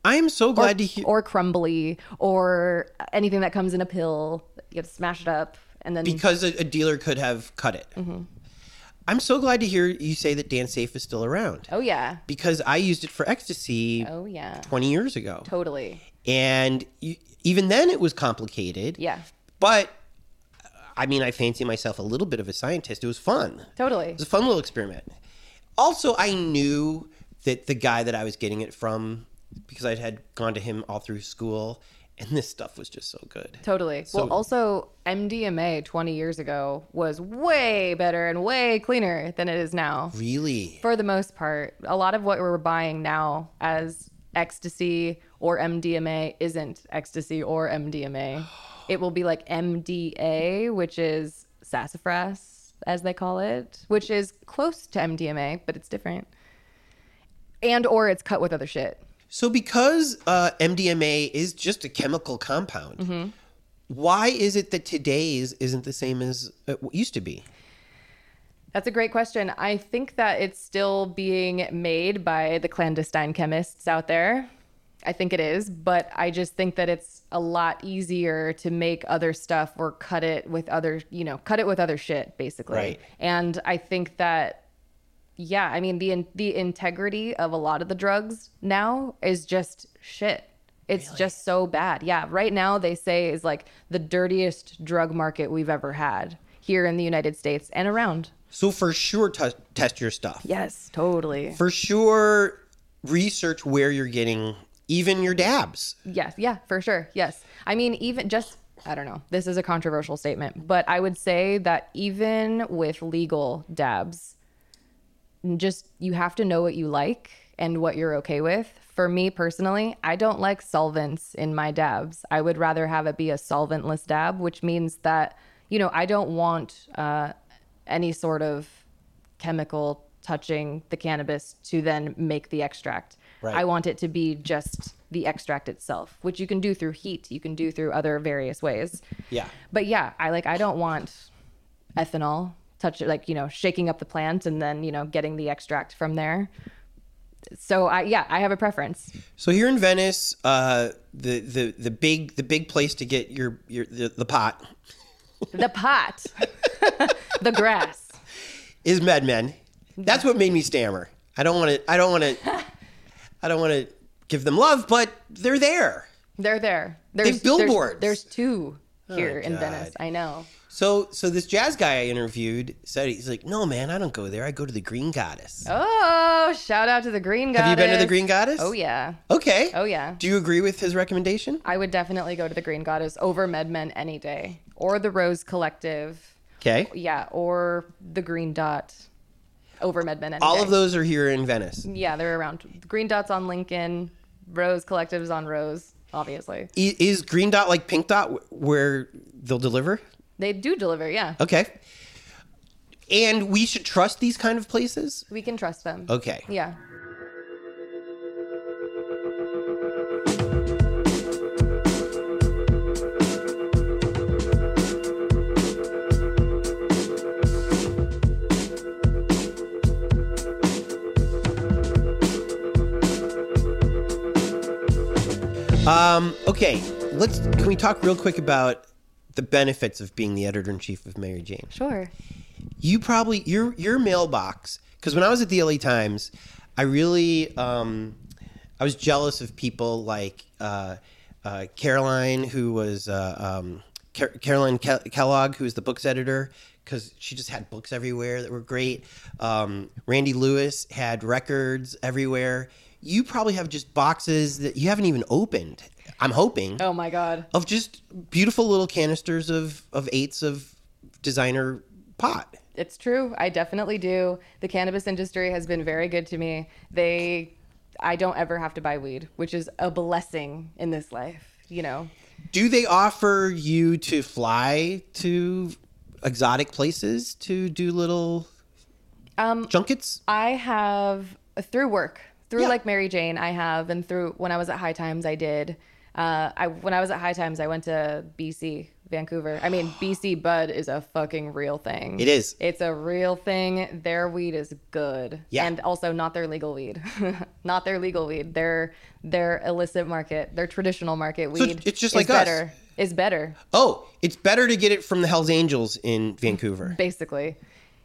I am so glad to hear
or crumbly or anything that comes in a pill. You have to smash it up and then
because a, a dealer could have cut it.
Mm-hmm.
I'm so glad to hear you say that Dan Safe is still around
oh yeah,
because I used it for ecstasy
oh yeah,
20 years ago.
totally.
and you, even then it was complicated.
Yeah.
But I mean, I fancy myself a little bit of a scientist. It was fun.
Totally.
It was a fun little experiment. Also, I knew that the guy that I was getting it from, because I had gone to him all through school, and this stuff was just so good.
Totally.
So-
well, also MDMA 20 years ago was way better and way cleaner than it is now.
Really?
for the most part, a lot of what we're buying now as ecstasy or MDMA isn't ecstasy or MDMA. It will be like MDA, which is sassafras, as they call it, which is close to MDMA, but it's different. And or it's cut with other shit.
So, because uh, MDMA is just a chemical compound, why is it that today's isn't the same as it used to be?
That's a great question. I think that it's still being made by the clandestine chemists out there. I think it is, but I just think that it's a lot easier to make other stuff or cut it with other, you know, cut it with other shit basically.
Right.
And I think that yeah, I mean the in, the integrity of a lot of the drugs now is just shit. It's just so bad. Yeah, right now they say is like the dirtiest drug market we've ever had here in the United States and around.
So, for sure, tes- test your stuff.
Yes, totally.
for sure research where you're getting even your dabs
Yes, yeah, for sure. Yes. I mean, even just, I don't know, this is a controversial statement, but I would say that even with legal dabs, just you have to know what you like and what you're okay with. For me personally, I don't like solvents in my dabs. I would rather have it be a solventless dab, which means that, you know, I don't want uh, any sort of chemical touching the cannabis to then make the extract.
Right.
I want it to be just the extract itself, which you can do through heat, you can do through other various ways.
yeah
But yeah, I like I don't want ethanol touch like you know shaking up the plant and then you know getting the extract from there. So I yeah I have a preference.
so here in venice uh the the the big the big place to get your your the, the pot
The pot, the grass.
is medmen that's what made me stammer i don't want to i don't want to i don't want to give them love but they're there
They're there. There's
have billboards. Oh,
There's, there's two here in
God.
Venice. I know.
so so this jazz guy i interviewed said he's like no man i don't go there i go to the green goddess
Oh, shout out to the Green Goddess.
have you been to the green goddess
Oh yeah.
okay
Oh yeah. Uh,
do you agree with his recommendation
I would definitely go to the Green Goddess over MedMen any day, or the Rose Collective.
okay
oh, Yeah, or the Green Dot over MedMen. Any
all
day.
of those are here in venice
Yeah, they're around. Green Dot's on Lincoln. Rose Collective's on Rose, obviously.
I- Is green dot like pink dot wh- where they'll deliver?
They do deliver, yeah.
Okay. And we should trust these kind of places?
We can trust them.
Okay.
Yeah.
Um okay. let's can we talk real quick about the benefits of being the editor in chief of Mary Jane?
Sure.
you probably your your mailbox because when I was at the LA Times, I really um, I was jealous of people like uh, uh, Caroline, who was uh, um, Car- Caroline Ke- Kellogg, who was the books editor, because she just had books everywhere that were great. Um, Randy Lewis had records everywhere. You probably have just boxes that you haven't even opened. I'm hoping
Oh my God.
of just beautiful little canisters of of eights of designer pot.
It's true. I definitely do. The cannabis industry has been very good to me. They, I don't ever have to buy weed, which is a blessing in this life, you know?
Do they offer you to fly to exotic places to do little um, junkets?
I have through work, through
Yeah.
like Mary Jane, I have, and through when I was at High Times, I did. Uh, I when I was at High Times, I went to BC, Vancouver. I mean, BC bud is a fucking real thing.
It is.
It's a real thing. Their weed is good.
Yeah.
And also not their legal weed. not their legal weed. Their their illicit market, their traditional market
it's-
weed.
it's just
is
like us.
better. Is better
Oh, it's better to get it from the Hell's Angels in Vancouver.
basically.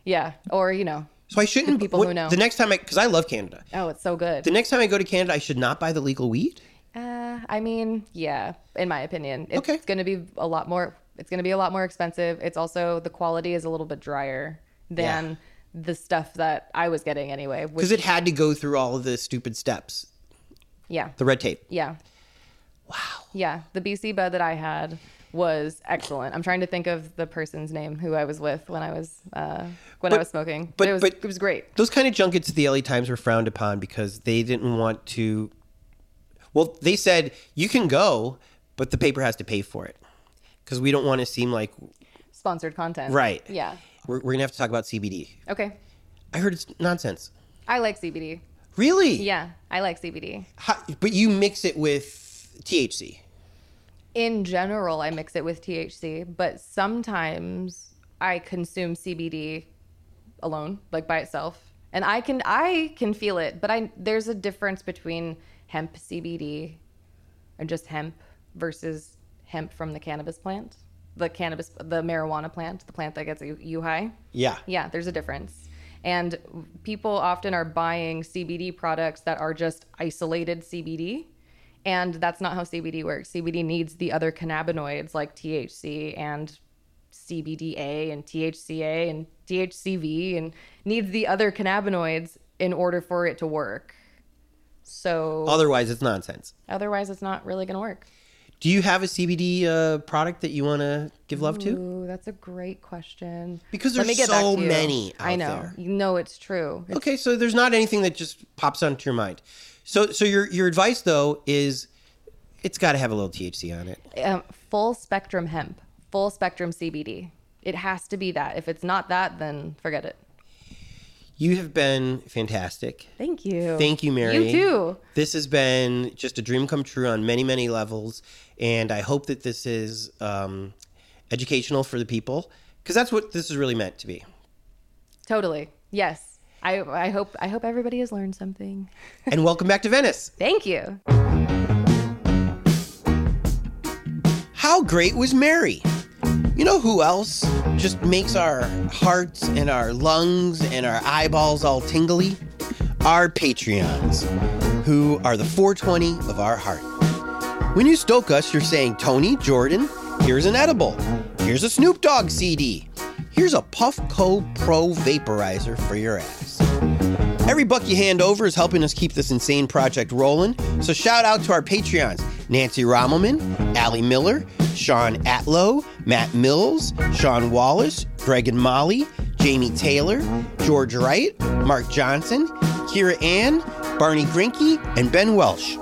Yeah. Or you know.
So I shouldn't.
people who know.
The next time I, because I love Canada.
Oh, it's so good.
The next time I go to Canada, I should not buy the legal weed.
Uh, I mean, yeah, in my opinion, it's
Okay.
going to be a lot more. It's going to be a lot more expensive. It's also the quality is a little bit drier than the stuff that I was getting anyway. Which,
Because it had to go through all of the stupid steps,
yeah,
the red tape.
yeah, wow, yeah. The BC bud that I had was excellent. I'm trying to think of the person's name who I was with when I was uh, when I was smoking, but,
but-
it was
but-
it was great.
Those kind of junkets at the LA Times were frowned upon because they didn't want to. Well, they said you can go, but the paper has to pay for it because we don't want to seem like
Sponsored content,
right.
Yeah.
we're, we're gonna have to talk about CBD.
Okay,
I heard it's nonsense.
I like CBD.
Really?
Yeah, I like CBD.
How- but you mix it with THC.
in general, I mix it with THC, but sometimes I consume CBD alone, like by itself, and I can I can feel it. But I there's a difference between hemp CBD and just hemp versus hemp from the cannabis plant, the cannabis, the marijuana plant, the plant that gets you, you high.
Yeah.
Yeah, there's a difference. And people often are buying CBD products that are just isolated CBD. And that's not how CBD works. CBD needs the other cannabinoids like THC and CBDA and THCA and THCV and needs the other cannabinoids in order for it to work. So
Otherwise, it's nonsense.
otherwise, it's not really going to work.
Do you have a CBD uh, product that you want to give love to?
Ooh, that's a great question.
Because
Mm. Let
there's
me get
so
back to you.
many out
I know.
there.
You know it's true. It's
Okay, so there's not anything that just pops onto your mind. So, so your your advice though is, it's got to have a little THC on it.
um, full spectrum hemp, full spectrum CBD. It has to be that. If it's not that, then forget it.
You have been fantastic.
Thank you.
Thank you,
You
Mary.
too.
This has been just a dream come true on many, many levels, and I hope that this is um, educational for the people because that's what this is really meant to be.
Totally. Yes. I, I hope I hope everybody has learned something.
and welcome back to Venice.
Thank you.
How great was Mary? You know who else just makes our hearts and our lungs and our eyeballs all tingly? Our Patreons, who are the 420 of our heart. When you stoke us, you're saying, Tony, Jordan, here's an edible. Here's a Snoop Dogg CD. Here's a Puffco Pro Vaporizer for your ass. Every buck you hand over is helping us keep this insane project rolling. So shout out to our Patreons Nancy Rommelman, Allie Miller, Sean Atlow, Matt Mills, Sean Wallace, Greg and Molly, Jamie Taylor, George Wright, Mark Johnson, Kira Ann, Barney Grinke, and Ben Welsh.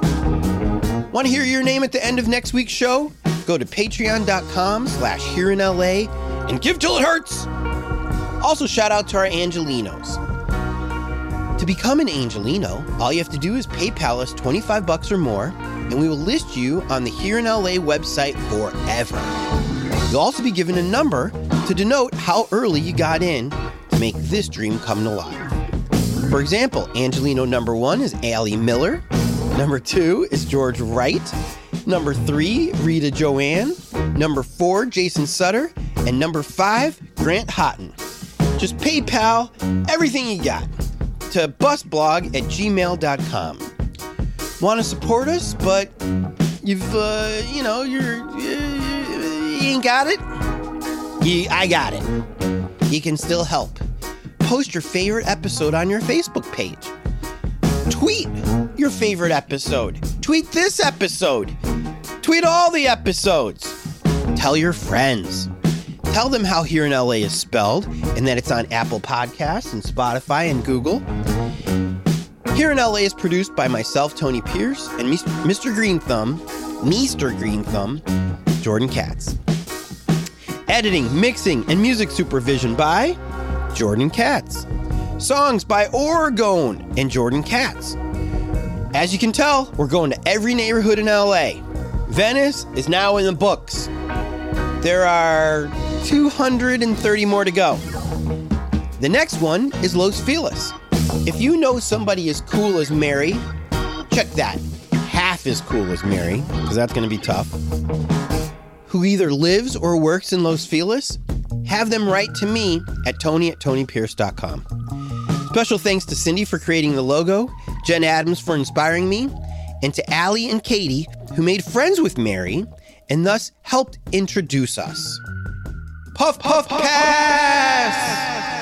Want to hear your name at the end of next week's show? Go to patreon.com slash here in LA and give till it hurts. Also, shout out to our Angelinos. To become an Angelino, all you have to do is PayPal us 25 bucks or more, and we will list you on the Here in LA website forever. You'll also be given a number to denote how early you got in to make this dream come to life. For example, Angelino number one is Allie Miller, number two is George Wright, Number three, Rita Joanne. Number four, Jason Sutter. And number five, Grant Houghton. Just PayPal everything you got to busblog at gmail.com. Want to support us, but you've, uh, you know, you're, you, you ain't got it? You, I got it. You can still help. Post your favorite episode on your Facebook page tweet your favorite episode. Tweet this episode. Tweet all the episodes. Tell your friends. Tell them how Here in LA is spelled and that it's on Apple Podcasts and Spotify and Google. Here in LA is produced by myself, Tony Pierce, and Mis- Mr. Green Thumb, Mr. Green Thumb, Jordan Katz. Editing, mixing, and music supervision by Jordan Katz songs by Oregon and Jordan Katz. As you can tell, we're going to every neighborhood in LA. Venice is now in the books. There are 230 more to go. The next one is Los Feliz. If you know somebody as cool as Mary, check that. Half as cool as Mary, because that's going to be tough. Who either lives or works in Los Feliz, have them write to me at tony at tonypierce.com. Special thanks to Cindy for creating the logo, Jen Adams for inspiring me, and to Allie and Katie, who made friends with Mary and thus helped introduce us. Puff, puff, pass!